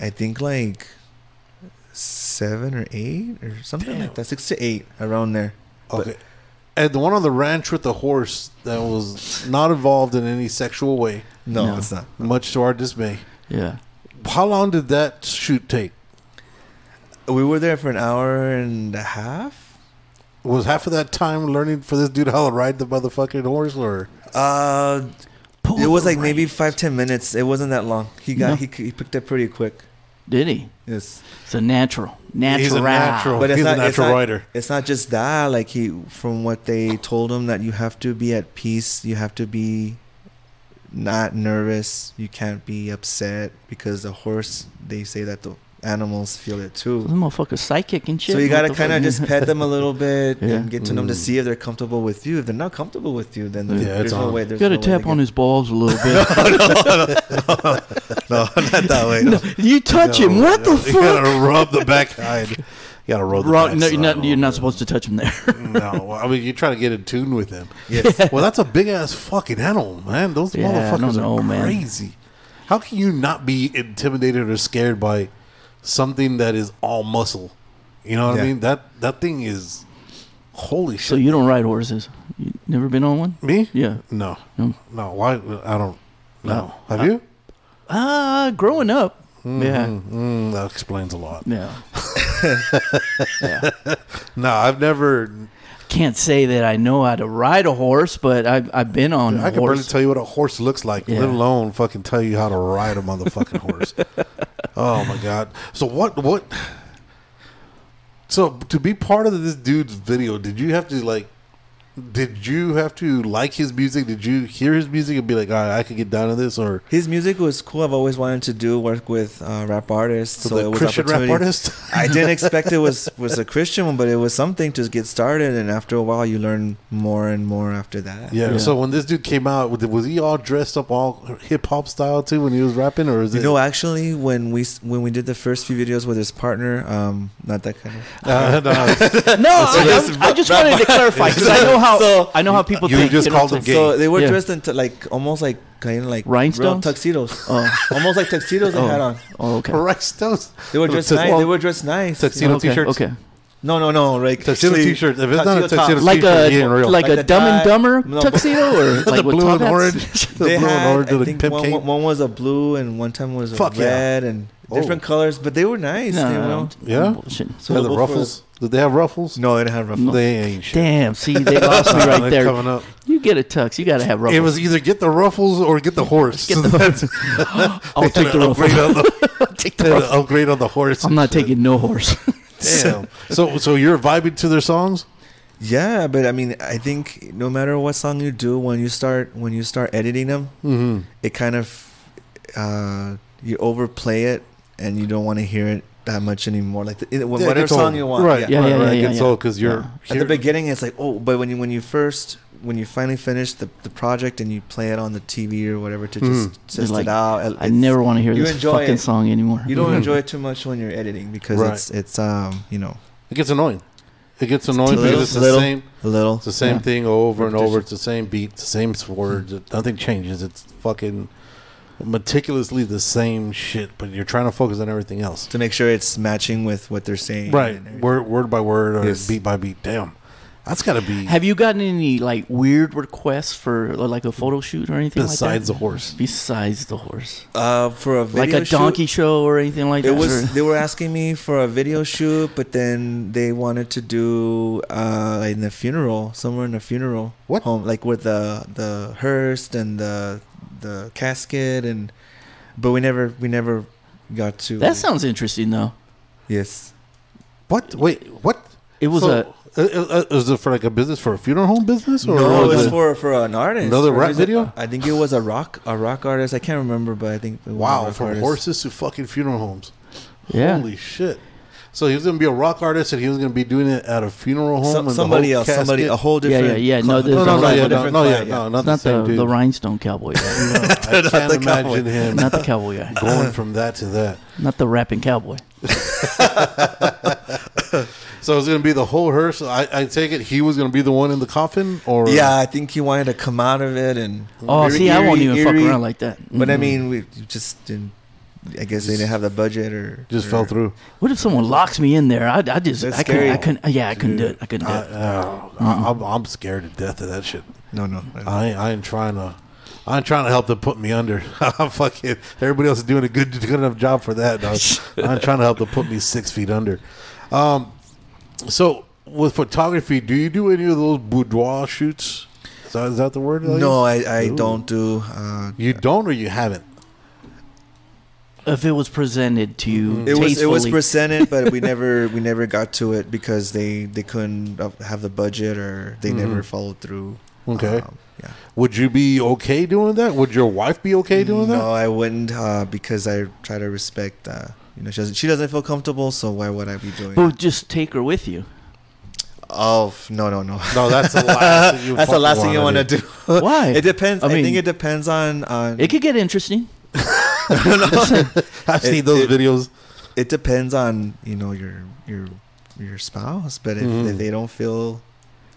D: I think like seven or eight or something like that. Six to eight around there.
B: Okay. And the one on the ranch with the horse that was not involved in any sexual way,
D: No,
C: No.
D: it's not.
B: much to our dismay.
C: yeah.
B: How long did that shoot take?
D: We were there for an hour and a half.
B: Was half of that time learning for this dude how to ride the motherfucking horse, or
D: Uh,
C: Pull
D: it was
C: the
D: like maybe
C: reins.
D: five ten minutes. It wasn't that long. He got
C: No.
D: he, he picked up pretty quick.
C: Did he?
D: Yes,
C: It's a natural. Natural.
B: He's a
C: Oh,
B: natural.
D: but it's
B: He's a
D: not, it's
B: natural
D: not-
B: rider.
D: It's not just that. Like he, from what they told him, that you have to be at peace. You have to be not nervous. You can't be upset because the horse. They say that the animals feel it too.
C: This motherfucker's psychic and shit.
D: So you
C: What
D: gotta
C: the
D: kind
C: fuck?
D: of just pet them a little bit
C: Yeah.
D: and get to know them to see if they're comfortable with you. If they're not comfortable with you, then there's,
B: Mm. Yeah, it's
D: there's no
B: on.
D: way. There's
C: gotta
D: no way
C: tap
D: to
C: on
D: get-
C: his balls a little bit.
D: No, not that way. no.
C: you touch him. What the
B: You
C: fuck?
B: gotta rub the backside. You gotta rub the
C: Wrong. No,
B: backside.
C: you're not. You're not supposed to touch him there.
B: No, I mean you're trying to get in tune with him.
D: Yes.
B: well, that's a big ass fucking animal, man. Those
C: Yeah, I don't
B: motherfuckers
C: know,
B: are
C: man.
B: crazy. How can you not be intimidated or scared by something that is all muscle? You know what I
D: Yeah.
B: mean? That that thing is holy shit.
C: so you don't ride horses. You never been on one?
B: me?
C: Yeah.
B: No,
C: No.
B: no. Why? I don't. No.
C: No.
B: Have you?
C: Ah, growing up. Yeah.
B: Mm, that explains a lot.
C: Yeah.
B: No, I've never.
C: Can't say that I know how to ride a horse, but I've I've been on
B: I
C: a
B: can barely
C: horse.
B: tell you what a horse looks like,
C: Yeah.
B: let alone fucking tell you how to ride a motherfucking horse. Oh my god! So what? What? So to be part of this dude's video, did you have to like? Did you have to like his music? Did you hear his music and be like, "All right, I can get down to this"? Or
D: His music was cool. I've always wanted to do work with uh, rap artists. So,
B: the
D: it was
B: Christian rap
D: opportunity.
B: artist?
D: I didn't expect it was was a Christian one, but it was something to get started. And after a while, you learn more and more after that.
B: yeah.
C: Yeah.
B: So when this dude came out, was he all dressed up all hip hop style too when he was rapping, or is
D: You
B: it?
D: know, actually, when we s- when we did the first few videos with his partner, um, not that kind of.
B: Uh, no.
C: no, I, I, I just wanted to clarify because I know how I know how people
B: you
C: think.
B: just
C: know
B: called
C: what
B: him
C: I'm saying?
D: So they were
C: Yeah.
D: dressed in t- like almost like kind of like real
C: Rhinestones?
D: tuxedos,
C: Oh.
D: almost like tuxedos they had on.
C: Oh, okay.
B: Rice toast.
D: They were dressed
B: Tux-
D: nice.
B: well,
D: They were dressed nice.
B: tuxedo
C: okay,
B: t-shirts.
C: Okay.
D: No, no, no. Like
B: Tuxedo
D: sleeve-
B: t-shirts. If it's not a
D: top.
B: tuxedo
C: Like
B: t-shirt, you
C: a
B: ain't real.
C: like,
D: Like
C: a
D: a
C: Dumb and
D: tie-
C: Dumber
D: no, but-
C: tuxedo or like
B: the
C: with
B: blue
C: top
B: and
C: hats?
B: orange. the
D: they
B: blue
D: had,
B: and orange.
D: I
B: and the
D: think
B: pimp
D: one,
B: cake.
D: one- one was a blue and one time was a
B: Fuck yeah.
D: red and
B: Oh.
D: different colors, but they were nice.
C: No,
D: you
C: no,
D: know?
B: Yeah?
C: Bullshit.
D: So
B: They had the
D: both were-
B: ruffles. Did they have ruffles?
D: No, they didn't have ruffles.
B: They ain't shit.
C: Damn, see, they lost me
B: They're
C: right
B: Coming
C: there.
B: up.
C: You get a tux, you gotta have ruffles.
B: It was either get the ruffles or get the horse.
C: Get
B: So
C: the-
B: that's-
C: I'll
B: they had
C: take the
B: to upgrade
C: ruffles.
B: on the-
C: Take
B: they
C: the
B: had
C: ruffles.
B: to upgrade on the horse.
C: I'm not taking no horse.
B: Damn. so so you're vibing to their songs?
D: Yeah, but I mean, I think no matter what song you do, when you start when you start editing them,
B: Mm-hmm.
D: it kind of uh, you overplay it and you don't want to hear it. that much anymore. Like the, it,
B: Yeah, it
D: whatever
B: gets old.
D: song you want,
B: right?
D: yeah.
B: right,
C: yeah,
B: right.
C: yeah,
B: Gets
C: yeah.
B: old because you're
D: At the
B: here-
D: beginning, it's like oh, but when you when you first when you finally finish the, the project and you play it on the TV or whatever to just test
C: Hmm. like,
D: it out, it-
C: I
D: it's-
C: never Hmm. want to hear
D: you
C: this
D: enjoy
C: fucking
D: it.
C: song anymore.
D: You don't enjoy it too much when you're editing because
B: Right.
D: it's it's um you know
B: It gets annoying. It gets annoying
D: little,
B: because it's the
D: little.
B: same.
D: a little.
B: It's the same
C: Yeah.
B: thing over and over.
D: Repetition.
B: It's the same beat, the same words. Nothing changes. It's fucking meticulously the same shit, but you're trying to focus on everything else.
D: to make sure it's matching with what they're saying.
B: Right.
D: and everything.
B: Word word by word or
D: Yes.
B: beat by beat. Damn. That's got to be
C: Have you gotten any like weird requests for like a photo shoot or anything
B: besides
C: like
B: the horse.
C: that? Besides the horse,
D: Uh, for a video
C: like a
D: shoot,
C: donkey show or anything like
D: It
C: that.
D: was
C: or-
D: they were asking me for a video shoot, but then they wanted to do uh like in the funeral somewhere in the funeral
B: What?
D: home, like with the the hearse and the the casket and, but we never we never got to
C: that sounds interesting though.
D: yes
B: What? Wait, what?
C: It was
B: So, uh, uh, is it for like a business for a funeral home business or
D: no it
B: was
D: was
B: it-
D: for for an artist
B: another
D: for
B: rap
D: music-
B: video?
D: I think it was a rock a rock artist I can't remember but I think it was a
B: wow
D: rock
B: from
D: artist.
B: horses to fucking funeral homes.
C: a yeah.
B: Holy shit! So he was gonna be a rock artist and he was gonna be doing it at a funeral home.
D: So-
B: and the
D: somebody
B: whole
D: else somebody
B: casket-
D: a whole
C: Yeah, yeah,
D: different
C: yeah, no,
D: cl-
C: there's
B: No,
C: a
B: no, no,
C: whole
B: yeah, no,
D: different
B: no, yeah,
D: client,
B: no,
C: it's
B: not,
C: not
B: the same
C: the,
B: dude.
C: the rhinestone cowboy, guy.
B: No, I can't
D: the cowboy.
B: imagine him
C: not the cowboy guy,
B: going from that to that.
C: not the rapping cowboy.
B: So it's gonna be the whole hearse. I, I take it he was gonna be the one in the coffin, or
D: Yeah, I think he wanted to come out of it and.
C: Oh,
D: Eerie-
C: see, I won't
D: eerie-
C: even fuck
D: eerie.
C: around like that.
D: But I
C: Mm-mm.
D: mean, we just didn't. I guess they didn't have the budget or
B: just
D: or-
B: fell through.
C: what if someone locks me in there? I, I just,
D: That's
C: I couldn't, I
D: scary.
C: couldn't, yeah, I couldn't do it. I couldn't do
B: I,
C: it.
B: oh, I, I'm, I'm scared to death of that shit.
D: No, no.
B: I,
D: I,
B: I ain't trying to. I ain't trying to help them put me under. I'm fucking. Everybody else is doing a good, good enough job for that. Dog. I'm trying to help them put me six feet under. Um, so with photography, do you do any of those boudoir shoots? Is that, is that the word? that I
D: no,
B: use?
D: I, I
B: Ooh.
D: don't do. Uh,
B: You don't, or you haven't.
C: If it was presented to you,
D: Mm-hmm. it was it was
C: tastefully.
D: presented, but we never we never got to it because they they couldn't uh, have the budget or they never followed through.
B: Mm-hmm. Okay.
D: Um, yeah.
B: Would you be okay doing that? Would your wife be okay doing
D: no,
B: that?
D: I wouldn't uh, because I try to respect. Uh, you know, she doesn't she doesn't feel comfortable, so why would I be doing?
C: Well,
D: it?
C: just take her with you.
D: Oh f- no no no.
B: No, that's the last. Thing you
D: That's the
B: fucking
D: last thing you want to do.
C: Why?
D: Uh, It depends.
C: I
D: I,
C: mean-
D: think it depends on on
C: It could get interesting.
B: I've seen
D: It-
B: those
D: it-
B: videos.
D: it depends on you know your your your spouse but if,
B: Mhm.
C: Mm-hmm.
D: if they don't feel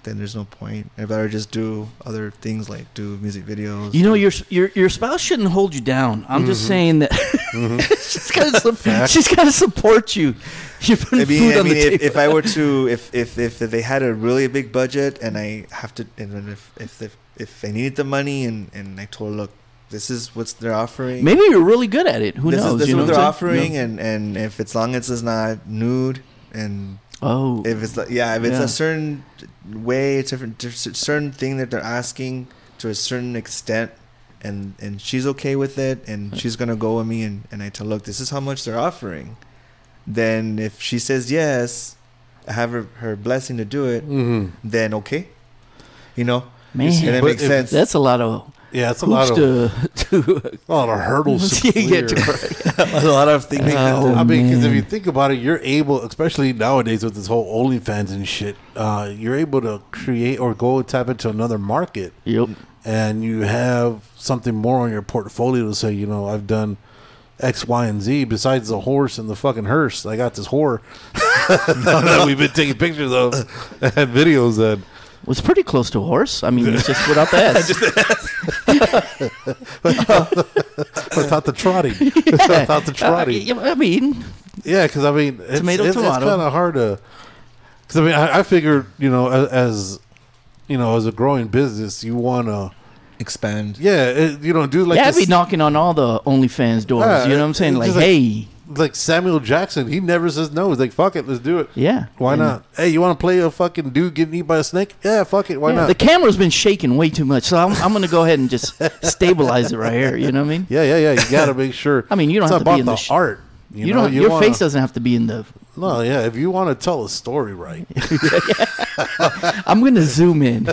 D: then there's no point i better just do other things like do music videos
C: You know, your your your spouse shouldn't hold you down. I'm
D: Mm-hmm.
C: just saying that she's got to she's got to support you. You're putting
D: i mean,
C: food
D: I
C: on
D: mean
C: the
D: if,
C: table.
D: if i were to if, if if they had a really big budget and i have to and then if if if, if i needed the money and and i told her, look this is what's they're offering
C: Maybe you're really good at it. Who
D: this
C: knows?
D: is this
C: you
D: is
C: know
D: what they're
C: what I'm
D: offering
C: saying?
D: and and if it's long as it's not nude and
C: No. Oh,
D: if it's like yeah if it's
C: Yeah.
D: a certain way it's different there's a certain thing that they're asking to a certain extent and and she's okay with it and she's gonna go with me and and i tell look this is how much they're offering then if she says yes i have her, her blessing to do it
B: Mm-hmm.
D: then okay you know
C: Man.
D: and it
B: But
D: makes
B: if
D: sense
C: that's a lot of
B: Yeah, it's a lot
C: hoops
B: of
C: to to
B: a lot of hurdles. to
C: Yeah,
B: clear.
C: to-
D: a lot of Mm. things
C: Oh,
B: I mean, because if
C: man.
B: you think about it, you're able, especially nowadays with this whole OnlyFans and shit, uh, you're able to create or go tap into another market,
C: Yep.
B: and you have something more on your portfolio to say, you know, I've done X, Y, and Z. Besides the horse and the fucking hearse, I got this whore that we've been taking pictures of and videos of.
C: Was pretty close to a horse. I mean, it's just without the ass.
B: Without the trotting,
C: Yeah.
B: without the trotting.
C: Uh, I mean,
B: Yeah, because I mean, it's,
C: Tomato,
B: it's,
C: tomato.
B: It's kind of hard to. Because I mean, I, I figure you know as, as you know as a growing business, you want to
D: expand
B: yeah it, you know do like
C: yeah, I'd
B: this-
C: be knocking on all the OnlyFans doors.
B: Yeah,
C: you know what I'm saying?
B: it's
C: Like,
B: just like-
C: hey,
B: like Samuel Jackson. He never says no. He's like, fuck it, let's do it.
C: yeah.
B: Why
C: And
B: not? Hey, you want to play a fucking dude getting eaten by a snake? Yeah, fuck it. Why
C: Yeah,
B: not?
C: The camera's been shaking way too much, so I'm, I'm going to go ahead and just stabilize it right here. You know what I mean?
B: yeah, yeah, yeah. You got to make sure.
C: I mean, you don't
B: it's
C: have to be
B: about
C: in
B: the
C: the sh-
B: art.
C: You, don't.
B: you
C: your
B: wanna-
C: face doesn't have to be in the
B: No, yeah. If you want to tell a story right,
C: I'm gonna zoom in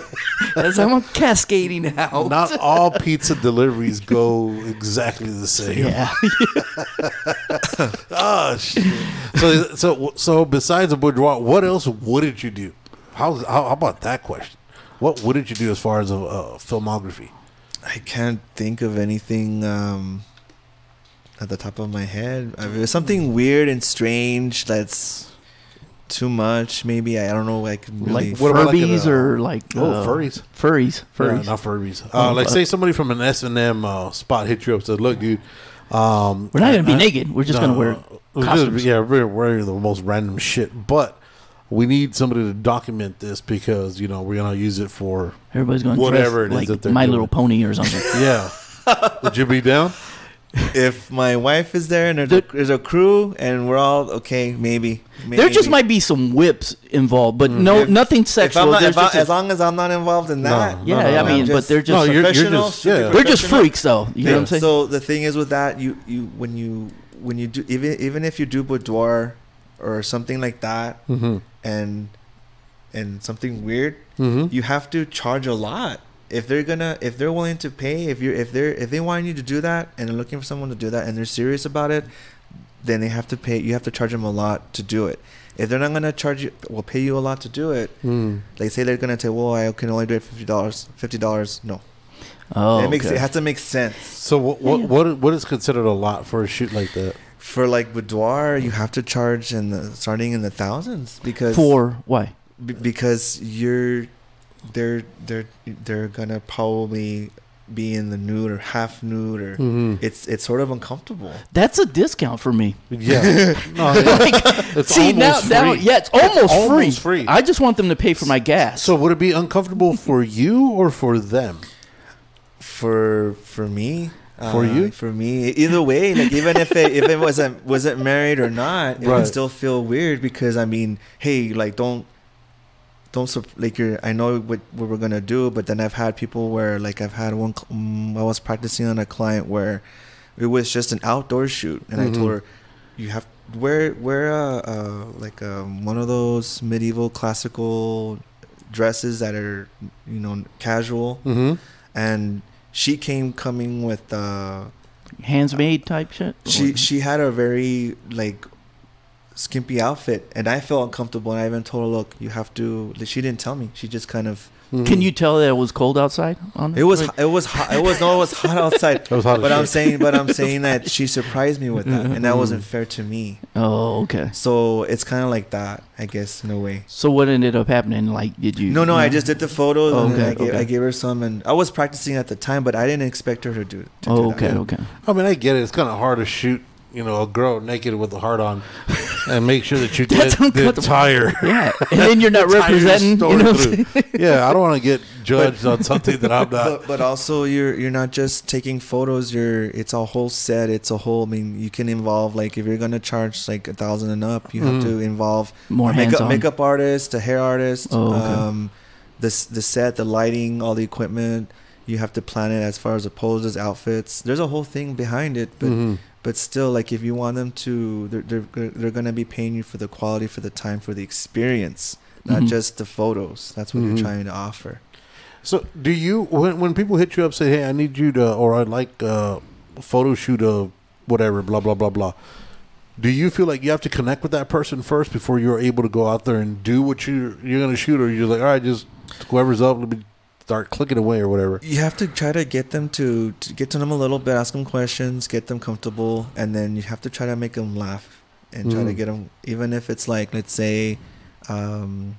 C: as I'm cascading out.
B: not all pizza deliveries go exactly the same.
C: yeah,
B: Oh shit. So so so besides a boudoir, what else wouldn't you do? How how, how about that question? What wouldn't you do as far as a, uh filmography?
D: I can't think of anything um, at the top of my head. I mean, something weird and strange that's too much. Maybe I, I don't know. I could really
C: like
B: What about like
C: furbies
B: a-
C: or like
B: Oh,
C: uh,
B: furries.
C: furries, furries.
B: Yeah, not Furbies. Uh, like say somebody from an S and M uh, spot hit you up said, "Look, dude, um,
C: We're not gonna be
B: I-
C: naked. We're just gonna wear
B: we're just-
C: costumes.
B: yeah, we're wearing the most random shit, but." We need somebody to document this because you know we're gonna use it for
C: Everybody's gonna
B: Whatever
C: whatever
B: it
C: dress
B: is
C: like
B: that they're
C: My
B: doing.
C: Little Pony or something.
B: yeah. Would you be down?
D: if my wife is there and there's, a, there's a crew and we're all okay. Maybe, maybe. Mm.
C: There just might be some whips involved, but no,
D: If-
C: nothing
D: If I'm
C: sexual.
D: not,
C: There's
D: if I,
C: just a-
D: as long as I'm not involved in that.
B: No,
C: yeah,
B: no,
C: I mean,
D: no.
C: but they're
B: No,
C: just
B: you're, you're
D: professional,
B: just yeah.
C: they're just
D: professional.
C: freaks, though. You know what I'm saying?
D: So the thing is with that, you you when you when you do even even if you do boudoir or something like that,
C: Mm-hmm.
B: Mhm.
D: and and something weird,
C: Mm-hmm.
B: Mhm.
D: you have to charge a lot. If they're gonna, if they're willing to pay, if you're, if they're, if they want you to do that, and they're looking for someone to do that, and they're serious about it, then they have to pay. You have to charge them a lot to do it. If they're not gonna charge you, well, pay you a lot to do it.
C: Mm.
D: Like say they're gonna say, well, I can only do it fifty dollars. Fifty dollars, no.
C: oh,
D: it makes
C: okay.
D: it has to make sense.
B: So what what what, what is considered a lot for a shoot like that?
D: for like boudoir you have to charge in the starting in the thousands because
C: for why?
D: b- because you're they're they're they're gonna probably be in the nude or half nude or it's it's sort of uncomfortable
C: That's a discount for me.
B: Yeah, no, yeah. It's
C: See now,
B: almost
C: now,
B: free.
C: yeah, it's almost,
B: almost
C: free.
B: free.
C: I just want them to pay for my gas.
B: So would it be uncomfortable for you or for them?
D: for for me uh,
B: For you?
D: for me either way like even if it if it wasn't wasn't married or not it
B: Right.
D: would still feel weird because i mean hey like don't don't sup- like you're i know what, what we're gonna do but then i've had people where like i've had one cl- mm, i was practicing on a client where it was just an outdoor shoot and
B: Mm-hmm.
D: i told her you have wear wear uh, uh like um, one of those medieval classical dresses that are you know casual
B: Mm-hmm.
D: and she came coming with uh
C: Hands made type shit.
D: she
C: Or-
D: she had a very like skimpy outfit and i felt uncomfortable and i even told her look you have to like, she didn't tell me she just kind of
B: Mm-hmm.
C: Can you tell that it was cold outside? On
D: it was ho- it was hot it was no it was hot outside
B: It was hot as
D: but i'm
B: shit.
D: saying but i'm saying that she surprised me with that and that
C: Mm-hmm.
D: wasn't fair to me
C: Oh, okay.
D: so it's kind of like that i guess in a way
C: So what ended up happening? Like, did you? Mm. Oh,
D: no no i just did the photos and then
C: Okay,
D: I, gave, I
C: okay.
D: gave her some and i was practicing at the time but i didn't expect her to do, to do
C: Oh, okay,
D: that.
C: okay.
B: I mean, I get it. It's kind of hard to shoot, you know, a girl naked with a heart on, and make sure that you
C: That's
B: did, did
C: uncomfortable.
B: tire.
C: Yeah, and then you're not
B: tire your
C: representing. You know
B: story
C: what I'm
B: through.
C: saying?
B: yeah, I don't want to get judged on something that I'm not.
D: but, but also you're you're not just taking photos you're it's a whole set it's a whole i mean you can involve like if you're going to charge like a thousand and up you have to involve
C: More
D: a makeup,
C: hands-on.
D: makeup artist a hair artist
C: Oh, okay.
D: um this the set the lighting all the equipment you have to plan it as far as the poses outfits there's a whole thing behind it but
B: Mm-hmm.
D: but still like if you want them to they're they're, they're going to be paying you for the quality for the time for the experience not just the photos that's what you're trying to offer
B: So, do you when when people hit you up say, "Hey, I need you to," or "I'd like uh, a photo shoot of whatever," blah blah blah blah. Do you feel like you have to connect with that person first before you're able to go out there and do what you you're gonna shoot, or you're like, "All right, just whoever's up, let me start clicking away or whatever."
D: you have to try to get them to, to get to them a little bit, ask them questions, get them comfortable, and then you have to try to make them laugh and try to
B: Mhm.
D: get them, even if it's like, let's say, um,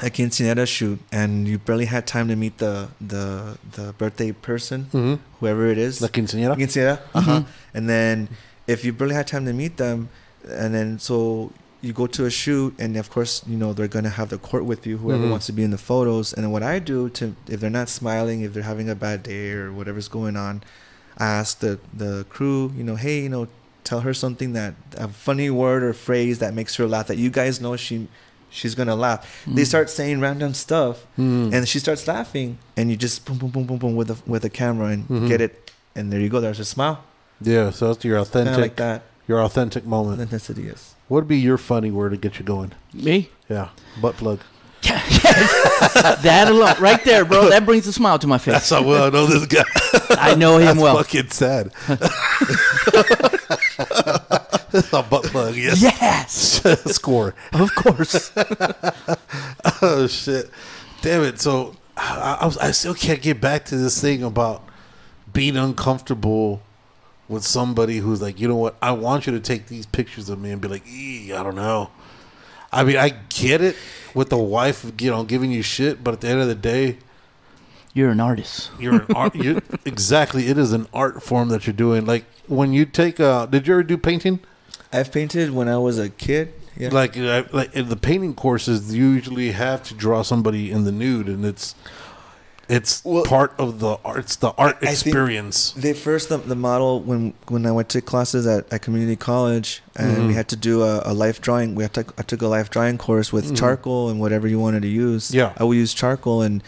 D: a quinceanera shoot, and you barely had time to meet the the the birthday person,
B: Mm-hmm.
D: whoever it is,
B: La quinceañera.
D: quinceanera, uh-huh. and then if you barely had time to meet them, and then so you go to a shoot and of course you know they're going to have the court with you whoever
B: Mhm.
D: wants to be in the photos and what i do to if they're not smiling if they're having a bad day or whatever's going on i ask the the crew you know hey you know tell her something that a funny word or phrase that makes her laugh that you guys know she she's going to laugh they start saying random stuff
B: Mm.
D: and she starts laughing and you just boom boom boom boom boom with the with the camera and
B: Mhm.
D: get it and there you go there's a smile
B: Yeah, so that's your
D: kind of
B: authentic,
D: like that
B: your authentic moment.
D: authenticity is
B: What would be your funny word to get you going?
C: Me?
B: Yeah, butt plug.
C: That alone, right there, bro. That brings a smile to my face.
B: That's how well I know this guy.
C: I know him
B: That's
C: well.
B: fucking sad. a butt plug. Yes.
C: Yes,
B: Score.
C: of course.
B: Oh shit! Damn it! So I, I, was- I still can't get back to this thing about being uncomfortable with somebody who's like, you know what? I want you to take these pictures of me and be like, "Ee, I don't know. I mean, I get it with the wife, you know, giving you shit, but at the end of the day,
C: You're an artist.
B: you're an art. You're, exactly, it is an art form that you're doing. Like when you take, uh, did you ever do painting?
D: I've painted when I was a kid. Yeah.
B: Like, uh, like in the painting courses, you usually have to draw somebody in the nude, and it's it's
D: Well,
B: part of the art. It's the art
D: I think-
B: experience.
D: They first the, the model when when I went to classes at, at community college and
C: Mm-hmm.
D: we had to do a, a life drawing. We had to, I took a life drawing course with
C: Mm-hmm.
D: charcoal and whatever you wanted to use.
B: Yeah.
D: I would use charcoal and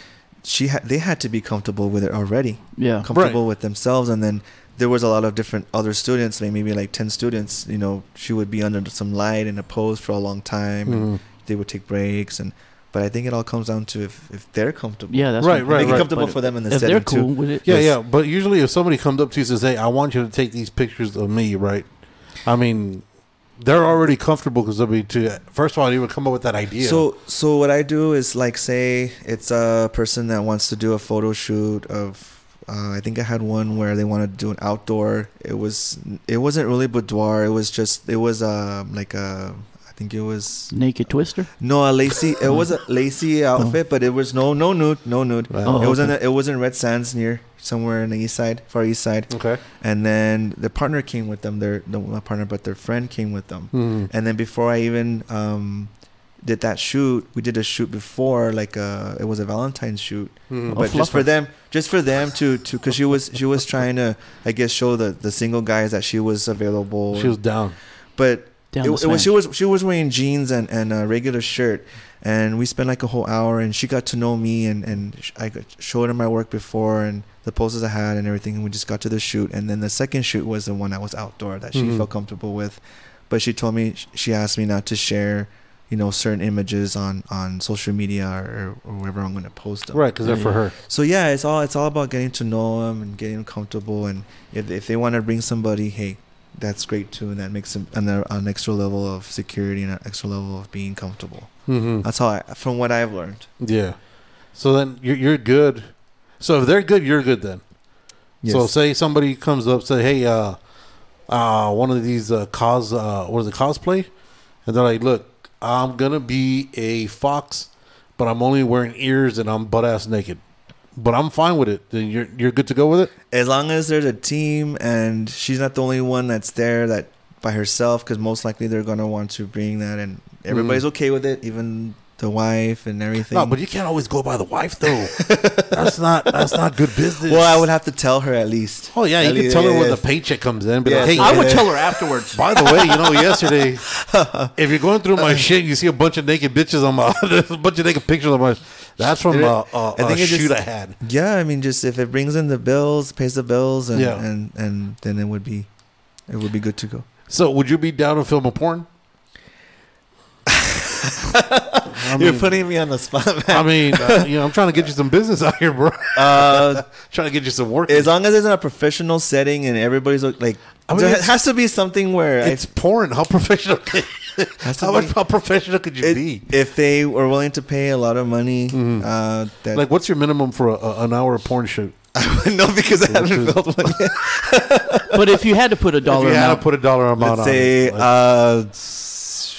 D: she had they had to be comfortable with it already.
C: Yeah.
D: comfortable with themselves and then there was a lot of different other students like maybe like 10 students you know she would be under some light and a pose for a long time
C: Mm-hmm.
D: and they would take breaks and but i think it all comes down to if, if they're comfortable
C: Yeah, that's
B: Right,
C: what I'm
B: right,
D: make
C: thinking.
D: it
B: right.
D: comfortable
C: But
D: for them in the
C: If
D: setting
C: they're cool
D: too
C: with it,
B: yeah,
C: yes.
B: yeah. But usually, if somebody comes up to you and says, "Hey, I want you to take these pictures of me," right? I mean, they're already comfortable because they'll be too. First of all, they would come up with that idea.
D: So, so what I do is like, say it's a person that wants to do a photo shoot of. Uh, I think I had one where they wanted to do an outdoor. It was, it wasn't really boudoir. It was just, it was um like a, I think it was
C: naked twister.
D: no a lacy. It was a lacy outfit, but it was no, no nude, no nude.
C: Oh,
D: it was in,
C: okay.
D: the- it was in Red Sands near somewhere in the east side, far east side.
B: okay.
D: And then their partner came with them. Their no, not partner, but their friend came with them.
B: Mhm.
D: And then before I even um, did that shoot, we did a shoot before, like uh it was a Valentine's shoot,
B: Mhm.
D: but just for them, just for them to to because she was she was trying to I guess show the the single guys that she was available.
B: She was down.
D: but
C: Down
D: it,
C: the
D: it was she
C: slant.
D: was she was wearing jeans and and a regular shirt, and we spent like a whole hour, and she got to know me, and and sh- I got- showed her my work before and the poses I had and everything, and we just got to the shoot, and then the second shoot was the one that was outdoor that she
B: Mhm.
D: felt comfortable with, but she told me she asked me not to share. You know certain images on on social media or, or wherever I'm going to post them.
B: Right, because they're for her.
D: So yeah, it's all it's all about getting to know them and getting 'em comfortable. And if if they want to bring somebody, hey, that's great too, and that makes them an, an extra level of security and an extra level of being comfortable.
B: Mm-hmm.
D: That's how I, from what I've learned.
B: Yeah. So then you're, you're good. So if they're good, you're good then. So say somebody comes up, say, "Hey, uh, uh, one of these uh, cos, uh, what is it, cosplay?" And they're like, "Look, I'm gonna be a fox, but I'm only wearing ears and I'm butt ass naked, but I'm fine with it. Then you're you're good to go with it."
D: as long as there's a team and she's not the only one that's there that by herself, because most likely they're gonna want to bring that, and everybody's okay with it, even the wife and everything.
B: Mm. No, but you can't always go by the wife though. that's not that's not good business.
D: well, I would have to tell her at least.
B: Oh yeah,
D: At
B: you can
D: least-
B: tell her when
D: yeah.
B: the paycheck comes in. But
D: Yeah,
B: like, hey,
D: so-
C: I would
D: Yeah.
C: tell her afterwards.
B: By the way, you know, yesterday, if you're going through my shit, and you see a bunch of naked bitches on my, there's a bunch of naked pictures on my. That's from uh, uh,
D: I
B: a
D: think it
B: shoot
D: just-
B: I had.
D: Yeah, I mean, just if it brings in the bills, pays the bills, and
B: Yeah.
D: and, and then it would be, it would be good to go.
B: So, would you be down to film a porn? I mean,
D: putting me on the spot,
B: I mean uh, you know, I'm trying to get you some business out here, bro.
D: Uh,
B: trying to get you some work.
D: as long as it's in a professional setting and everybody's like, like
B: I mean,
D: there
B: it's-
D: has to be something where I,
B: it's porn. How professional? Can,
D: Has to
B: how much?
D: be.
B: How professional could you
D: it-
B: be?
D: if they were willing to pay a lot of money, uh, that
B: Like, what's your minimum for a, a, an hour porn shoot?
D: I would know because I haven't built one yet.
C: But if you had to put a
B: If
C: dollar
B: you had to
C: amount,
B: put a dollar amount
D: Let's
B: on
D: say
B: it, like-
D: uh, s-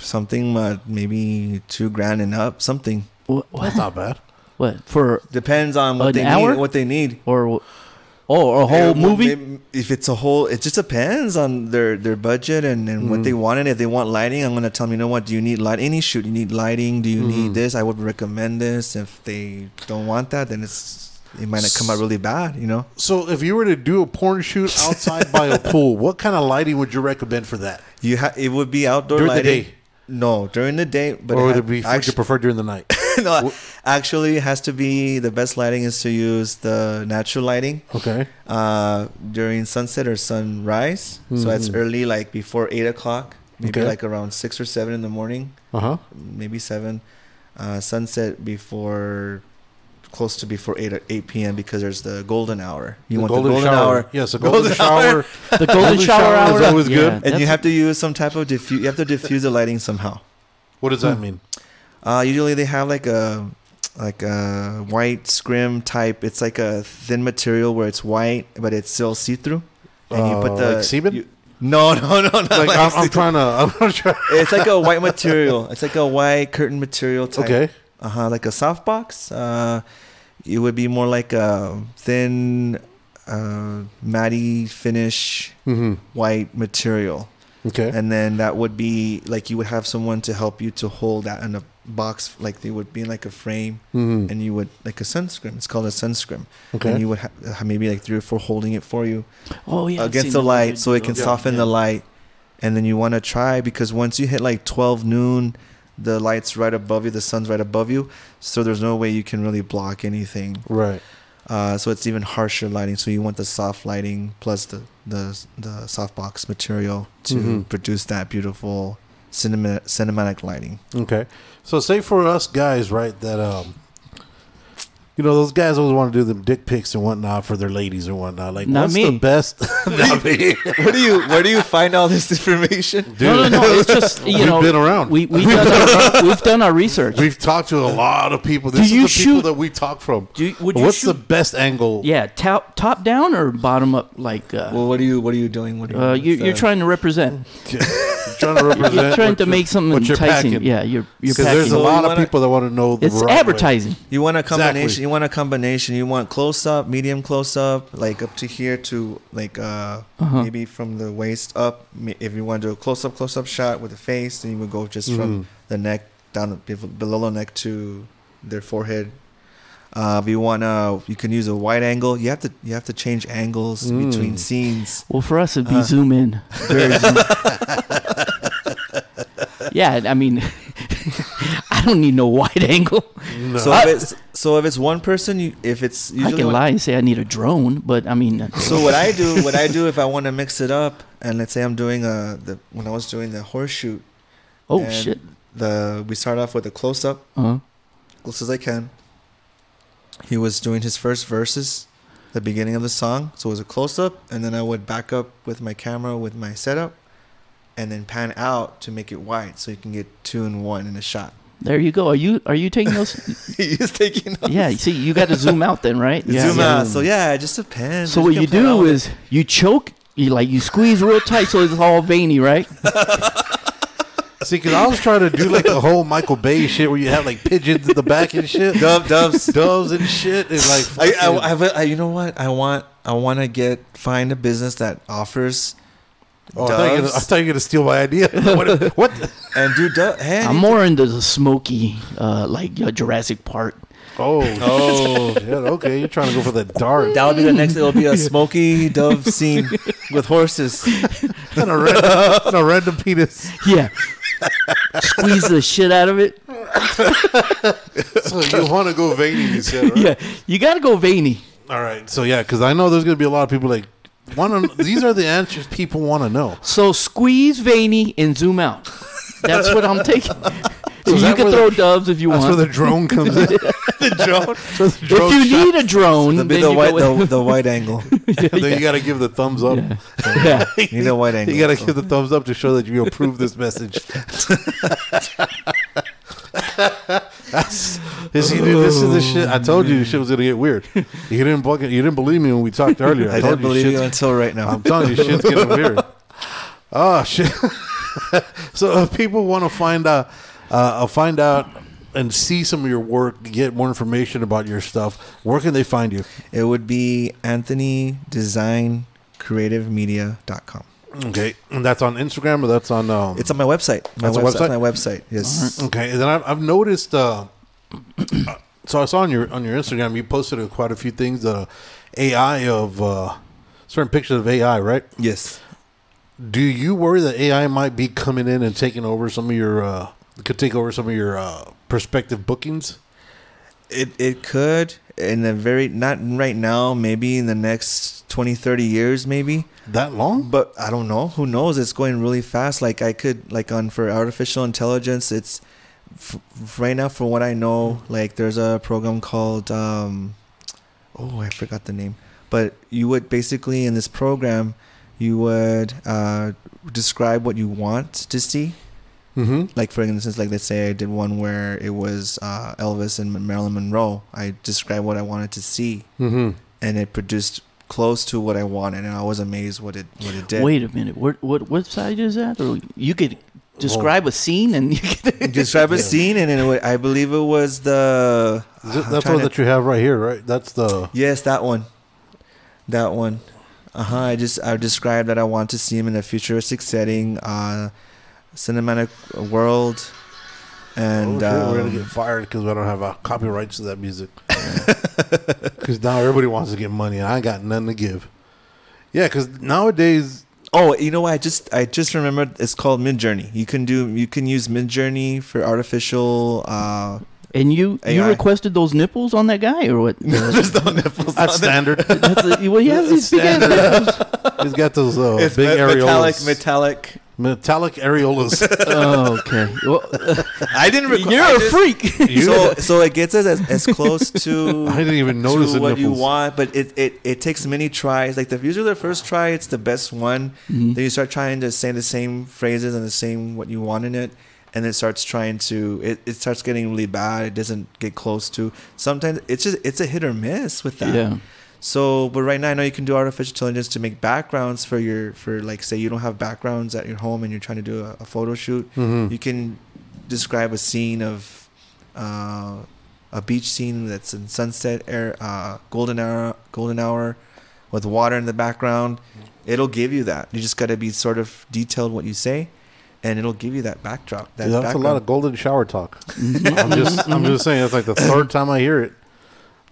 D: something uh, maybe two grand and up, something
C: what,
B: that's
C: what,
B: not bad.
C: what for
D: depends on what
C: An
D: they
C: hour?
D: need. What they need.
C: or or a
D: Yeah,
C: whole
D: well,
C: movie?
D: may- If it's a whole, it just depends on their their budget and, and what they
B: Mm.
D: want. And if they want lighting, I'm gonna tell them. You know what? Do you need light? Any shoot, you need lighting. Do you
B: Mm.
D: need this? I would recommend this. If they don't want that, then it's it might not come out really bad. You know.
B: So, if you were to do a porn shoot outside by a pool, what kind of lighting would you recommend for that?
D: You ha- it would be outdoor
B: During the
D: lighting.
B: day.
D: No, during the day, but
B: or would
D: ha-
B: it be? Would you
D: actu-
B: prefer during the night?
D: no, actually, it has to be the best lighting is to use the natural lighting.
B: Okay.
D: uh, during sunset or sunrise. So that's early, like before eight o'clock. maybe
B: Okay.
D: like around six or seven in the morning,
B: Uh huh.
D: maybe seven. Uh, sunset before close to before eight or eight p.m. because there's the golden hour. You want the golden hour,
B: Yes, a golden,
D: Golden
B: shower.
D: hour.
C: The golden shower hour
B: is always good.
C: Yeah,
D: and you
C: that's-
D: have to use some type of diffuse. You have to diffuse the lighting somehow.
B: What does that mean?
D: Uh, usually they have like a like a white scrim type. It's like a thin material where it's white, but it's still see through. And you
B: Uh,
D: put the
B: like semen?
D: you- no, no, no, no.
B: Like, I'm, I'm trying to. I'm trying to try.
D: it's like a white material. It's like a white curtain material type.
B: Okay.
D: Uh huh. Like a softbox. Uh, it would be more like a thin, uh, matty finish
B: Mm-hmm.
D: white material.
B: Okay.
D: And then that would be like you would have someone to help you to hold that in a box, like they would be in like a frame,
B: Mhm.
D: and you would like a sunscreen. It's called a sunscreen, and
B: Okay.
D: you would ha- ha- maybe like three or four holding it for you
C: oh, yeah, I've seen
D: against the
C: that.
D: light, so it can
C: Yeah.
D: soften the light. And then you want to try because once you hit like twelve noon, the light's right above you, the sun's right above you, so there's no way you can really block anything.
B: Right.
D: Uh, so it's even harsher lighting. So you want the soft lighting plus the the the softbox material to
B: Mhm.
D: produce that beautiful cinema, cinematic lighting.
B: Okay. So say for us guys, right, that um you know, those guys always want to do them dick pics and whatnot for their ladies and whatnot. Like
C: Not
B: what's the
C: me.
B: best Not me.
D: Where do you where do you find all this information?
B: Dude,
C: No, no, no. It's just you
B: We've
C: know
B: been around.
C: We we've done our, we've done our research.
B: We've talked to a lot of people. This
C: you
B: is the people
C: shoot-
B: that we talk from.
C: Do you- would you
B: What's the
C: shoot-
B: best angle?
C: Yeah, top top down or bottom up? Like uh,
D: Well, what are you what are you doing? What are
C: uh, you,
D: what's
C: you're
D: the-
C: trying to represent.
B: You're trying to represent
C: You're trying
B: what
C: to
B: you're-
C: make something
B: what you're
C: enticing.
B: packing.
C: Yeah, you're you're
B: 'Cause
C: packing.
B: there's a
D: So you
B: lot of
D: wanna-
B: people that want to know the
C: it's
B: right way.
C: advertising.
D: You want a combination.
B: Exactly.
D: You want a combination. You want close up, medium close up, like up to here to like uh,
C: Uh-huh.
D: maybe from the waist up. Ma- If you want to do a close up, close up shot with the face, then you would go just from
C: Mm-hmm.
D: the neck down be- below the neck to their forehead. Uh, if you want to, you can use a wide angle. You have to you have to change angles
C: Mm.
D: between scenes.
C: Well, for us, it'd
B: Uh.
C: be zoom in. Very zoom. yeah, I mean, I don't need no wide angle.
D: So if it's so if it's one person, you, if it's
C: I
D: usually
C: can
D: when-
C: lie and say I need a drone, but I mean,
D: So what I do, what I do if I want to mix it up, and let's say I'm doing a the when I was doing the horseshoe.
C: oh
D: and
C: shit.
D: The we start off with a close up,
C: Uh-huh.
D: close as I can. He was doing his first verses, the beginning of the song, so it was a close up, and then I would back up with my camera with my setup, and then pan out to make it wide, so you can get two and one in a shot.
C: There you go. Are you are you taking those?
D: He is taking off.
C: yeah. See, you got to zoom out then, right? Yeah.
D: zoom
C: yeah.
D: out. So yeah, it just depends.
C: So what
D: can
C: you
D: play around
C: do
D: with
C: is you choke. You like you squeeze real tight, so it's all veiny, right?
B: See, because I was trying to do like the whole Michael Bay shit where you have like pigeons in the back and shit,
D: Dove- doves.
B: doves and shit, and like
D: I, I,
B: fucking-
D: I, have a- I- you know what I want I want to get find a business that offers
B: Oh, I thought you were gonna- I
D: doves.
B: thought you were going to steal my idea. What? what?
D: and do dove. Hey,
C: I'm more into the smoky, uh, like uh, Jurassic Park.
B: Oh, oh, shit. okay. You're trying to go for the dark.
D: that'll be the next. It'll be a smoky dove scene with horses.
B: and, a random, and a random penis.
C: Yeah, squeeze the shit out of it.
B: So you want to go veiny? You said, right?
C: Yeah, you got to go veiny.
B: All right. So yeah, because I know there's going to be a lot of people like want to. these are the answers people want to know.
C: So squeeze veiny and zoom out. That's what I'm taking.
B: is
C: you
B: that
C: can
B: where
C: throw
B: the-
C: doves if you
B: That's where
C: want.
B: the drone comes in. the drone. So the drone
C: if you
B: shot-
C: need a drone,
D: It'll
C: then
D: be
C: you
D: the
C: go
D: wide
C: with-
D: the, the wide angle.
B: and then you got to give the thumbs up.
C: yeah.
D: You need a wide angle.
B: You got to
D: so.
B: give the thumbs up to show that you approve this message. That's, this, you do- this is the shit. I told you this shit was gonna get weird. You didn't fucking, you didn't believe me when we talked earlier. I,
D: I
B: told
D: didn't
B: you
D: believe
B: shit's
D: you until right now.
B: I'm telling you, shit's getting weird. Oh shit! so if people want to find out, uh, uh, find out and see some of your work, get more information about your stuff. Where can they find you?
D: It would be Anthony Design Creative Media.com.
B: Okay, and that's on Instagram or that's on. Um,
D: It's on my website. My
B: That's a website?
D: website. My website. Yes.
B: okay, and then I've, I've noticed. Uh, so I saw on your on your Instagram, you posted uh, quite a few things. Uh, AI of uh, certain pictures of AI, right?
D: Yes.
B: Do you worry that AI might be coming in and taking over some of your uh, could take over some of your uh, prospective bookings?
D: It it could. in a very not right now maybe in the next 20 30 years maybe
B: That long?
D: but i don't know who knows it's going really fast like i could like on for artificial intelligence it's f- f- right now for what i know like there's a program called um oh i forgot the name but you would basically in this program you would uh describe what you want to see
B: Mm-hmm.
D: like for instance like let's say i did one where it was uh elvis and marilyn monroe i described what i wanted to see
B: Mm-hmm.
D: and it produced close to what I wanted, and I was amazed what it what it did.
C: Wait a minute. What what website is that? Or you could describe a scene and you could
D: describe a scene, and then it, wa- I believe it was the I'm
B: That's
D: trying
B: one
D: to-
B: that you have right here, right? That's the.
D: yes, that one, that one. Uh huh. I just I described that I want to see him in a futuristic setting, uh, cinematic world,
B: Oh,
D: and
B: shit, we're gonna
D: um,
B: get fired because we don't have uh, copyrights to that music. Because now everybody wants to get money, and I got nothing to give. Yeah, because nowadays,
D: Oh, you know what? I just I just remembered. It's called Midjourney. You can do you can use Midjourney for artificial. Uh,
C: and you you
D: AI.
C: requested those nipples on that guy or what?
D: there's no nipples.
B: that's standard.
C: That's a, well, he has these big ass nipples.
B: He's got those uh,
D: It's
B: big
D: me- metallic,
B: areolas,
D: metallic.
B: metallic areolas.
C: Oh, okay. Well, uh,
D: I didn't. requ-
C: you're
D: I
C: a
D: just-
C: freak.
D: so so it gets us as, as close to
B: I didn't even notice
D: to
B: the
D: what you
B: nipples.
D: want, but it, it, it takes many tries. Like the usually the first try, it's the best one. Then you start trying to say the same phrases and the same what you want in it, and it starts trying to it, it starts getting really bad. It doesn't get close to. Sometimes it's just it's a hit or miss with that.
C: Yeah.
D: So, but right now I know you can do artificial intelligence to make backgrounds for your for like say you don't have backgrounds at your home and you're trying to do a, a photo shoot.
B: Mm-hmm.
D: You can describe a scene of uh, a beach scene that's in sunset air, uh, golden hour, golden hour, with water in the background. It'll give you that. You just got to be sort of detailed what you say, and it'll give you that backdrop. That
B: Dude, that's a lot of
D: background.
B: golden shower talk. I'm just, I'm just saying. That's like the third time I hear it.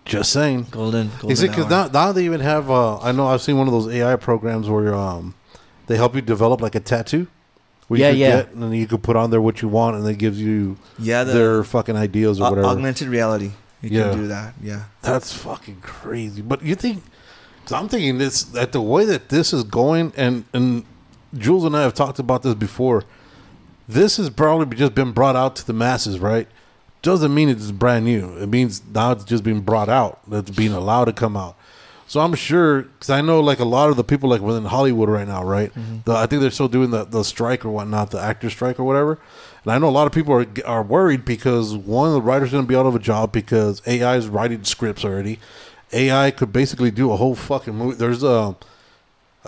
B: Just saying.
D: golden. golden
B: You see, because
D: hour.
B: now, now they even have. Uh, I know I've seen one of those AI programs where um, they help you develop like a tattoo. Where
C: Yeah,
B: you could
C: yeah.
B: Get, and then you could put on there what you want, and it gives you
D: yeah, the
B: their fucking ideas or
D: au-
B: whatever.
D: augmented reality. You
B: Yeah.
D: can do that. Yeah.
B: That's fucking crazy. But you think? Cause I'm thinking this that the way that this is going, and and Jules and I have talked about this before. This has probably just been brought out to the masses, right? Doesn't mean it's brand new. It means now it's just being brought out. That's being allowed to come out. So I'm sure, because I know like a lot of the people like within Hollywood right now, right? The, I think they're still doing the, the strike or whatnot, the actor strike or whatever. And I know a lot of people are are worried because one, the writer's going to be out of a job because AI is writing scripts already. AI could basically do a whole fucking movie. There's um, a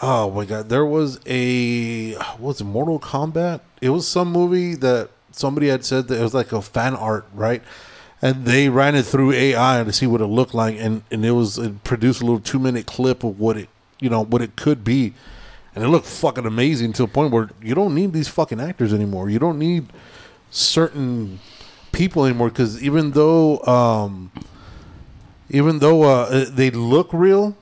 B: oh my god, there was a what was it Mortal Kombat? It was some movie that somebody had said that it was like a fan art, right? And they ran it through AI to see what it looked like, and and it was it produced a little two minute clip of what it you know what it could be, and it looked fucking amazing to a point where you don't need these fucking actors anymore. You don't need certain people anymore because even though um, even though uh, uh, they look real,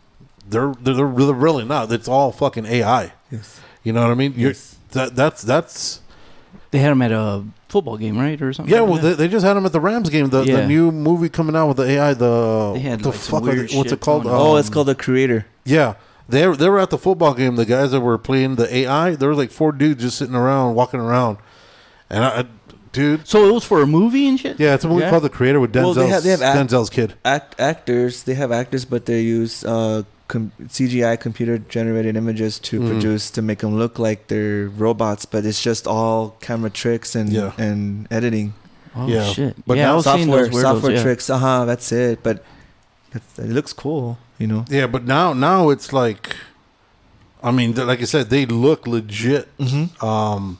B: they're, they're they're really not. It's all fucking AI.
D: Yes.
B: You know what I mean? You're,
D: Yes.
B: that that's that's
C: They had him at a football game, right, or something?
B: yeah.
C: like
B: Well,
C: that?
B: they, they just had him at the Rams game. The,
C: Yeah.
B: the new movie coming out with the AI. The
C: They had,
B: the
C: like, some
B: are
C: weird
B: they- what's
C: shit
B: it called?
C: going on.
D: Oh,
B: Um,
D: it's called the creator.
B: Yeah, they they were at the football game. The guys that were playing the AI, there was like four dudes just sitting around, walking around, and I, I- dude,
C: so it was for a movie and shit.
B: yeah, it's a movie
C: Yeah.
B: called The Creator with Denzel's,
D: Well, they have- they have act-
B: Denzel's kid.
D: Act actors. They have actors, but they use uh, com- CGI computer generated images to
B: Mhm.
D: produce to make them look like they're robots. But it's just all camera tricks and
B: Yeah.
D: and editing
C: Oh
B: Yeah.
C: shit.
B: But
C: yeah,
B: now
C: I was seeing
D: software
C: those weirdos,
D: software
C: yeah.
D: tricks. Uh huh. That's it. But it's- it looks cool. You know.
B: Yeah, but now now it's like, I mean, th- like I said, they look legit.
D: Mm-hmm.
B: Um,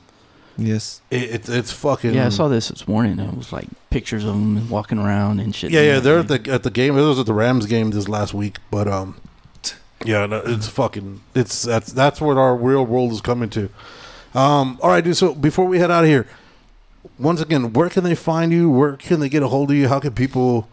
D: Yes.
B: it, it's it's fucking
C: Yeah, I saw this this morning. It was like pictures of him walking around and shit.
B: Yeah, yeah, they're at the at the game. It was at the Rams game this last week, but um, yeah, no, it's fucking it's that's that's what our real world is coming to. Um, all right, dude. So before we head out of here, once again, where can they find you? Where can they get a hold of you? How can people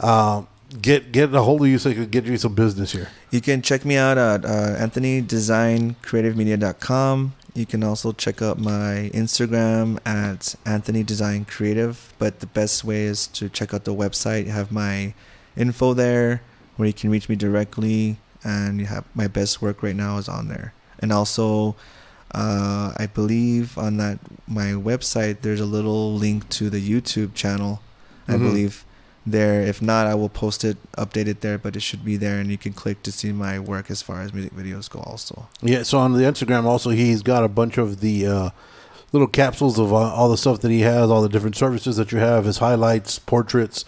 B: uh, get get a hold of you so they could get you some business here?
D: You can check me out at uh, anthonydesigncreativemedia.com. You can also check out my Instagram at anthonydesigncreative. But the best way is to check out the website. You have my info there where you can reach me directly. And you have my best work right now is on there. And also, uh, I believe on that my website there's a little link to the YouTube channel. I
B: Mhm.
D: believe there. If not, I will post it, update it there. But it should be there, and you can click to see my work as far as music videos go. Also,
B: Yeah, so on the Instagram also he's got a bunch of the uh, little capsules of uh, all the stuff that he has, all the different services that you have, his highlights, portraits,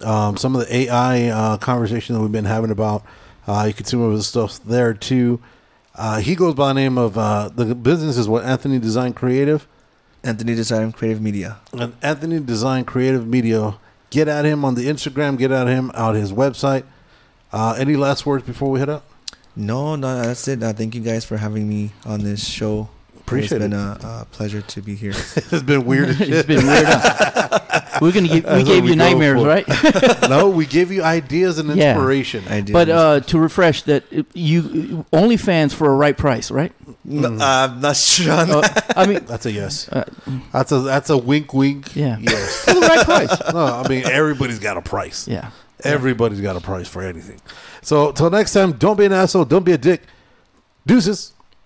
B: um, some of the AI uh, conversation that we've been having about. Uh, you can see some of his stuff there too. Uh, he goes by the name of uh, the business is what Anthony Design Creative.
D: Anthony Design Creative Media.
B: And Anthony Design Creative Media. Get at him on the Instagram. Get at him out his website. Uh, any last words before we head out?
D: No, no, that's it. Uh, thank you guys for having me on this show.
B: Appreciate
D: it's
B: it.
D: been a, a pleasure to be here.
B: it's been weird. as shit.
C: it's been weird. huh? We're gonna give, we
B: what
C: gave
B: we
C: you
B: go
C: nightmares,
B: for.
C: right?
B: no, we give you ideas and
C: Yeah.
B: inspiration.
D: I did,
C: But uh, to refresh that, you OnlyFans for a right price, right?
D: No, I'm not sure. On
C: Uh, I mean,
B: That's a yes.
C: Uh,
B: that's a that's a wink, wink.
C: Yeah.
B: Yes.
C: for the right price.
B: no, I mean everybody's got a price.
C: Yeah.
B: Everybody's got a price for anything. So till next time, don't be an asshole. Don't be a dick. Deuces.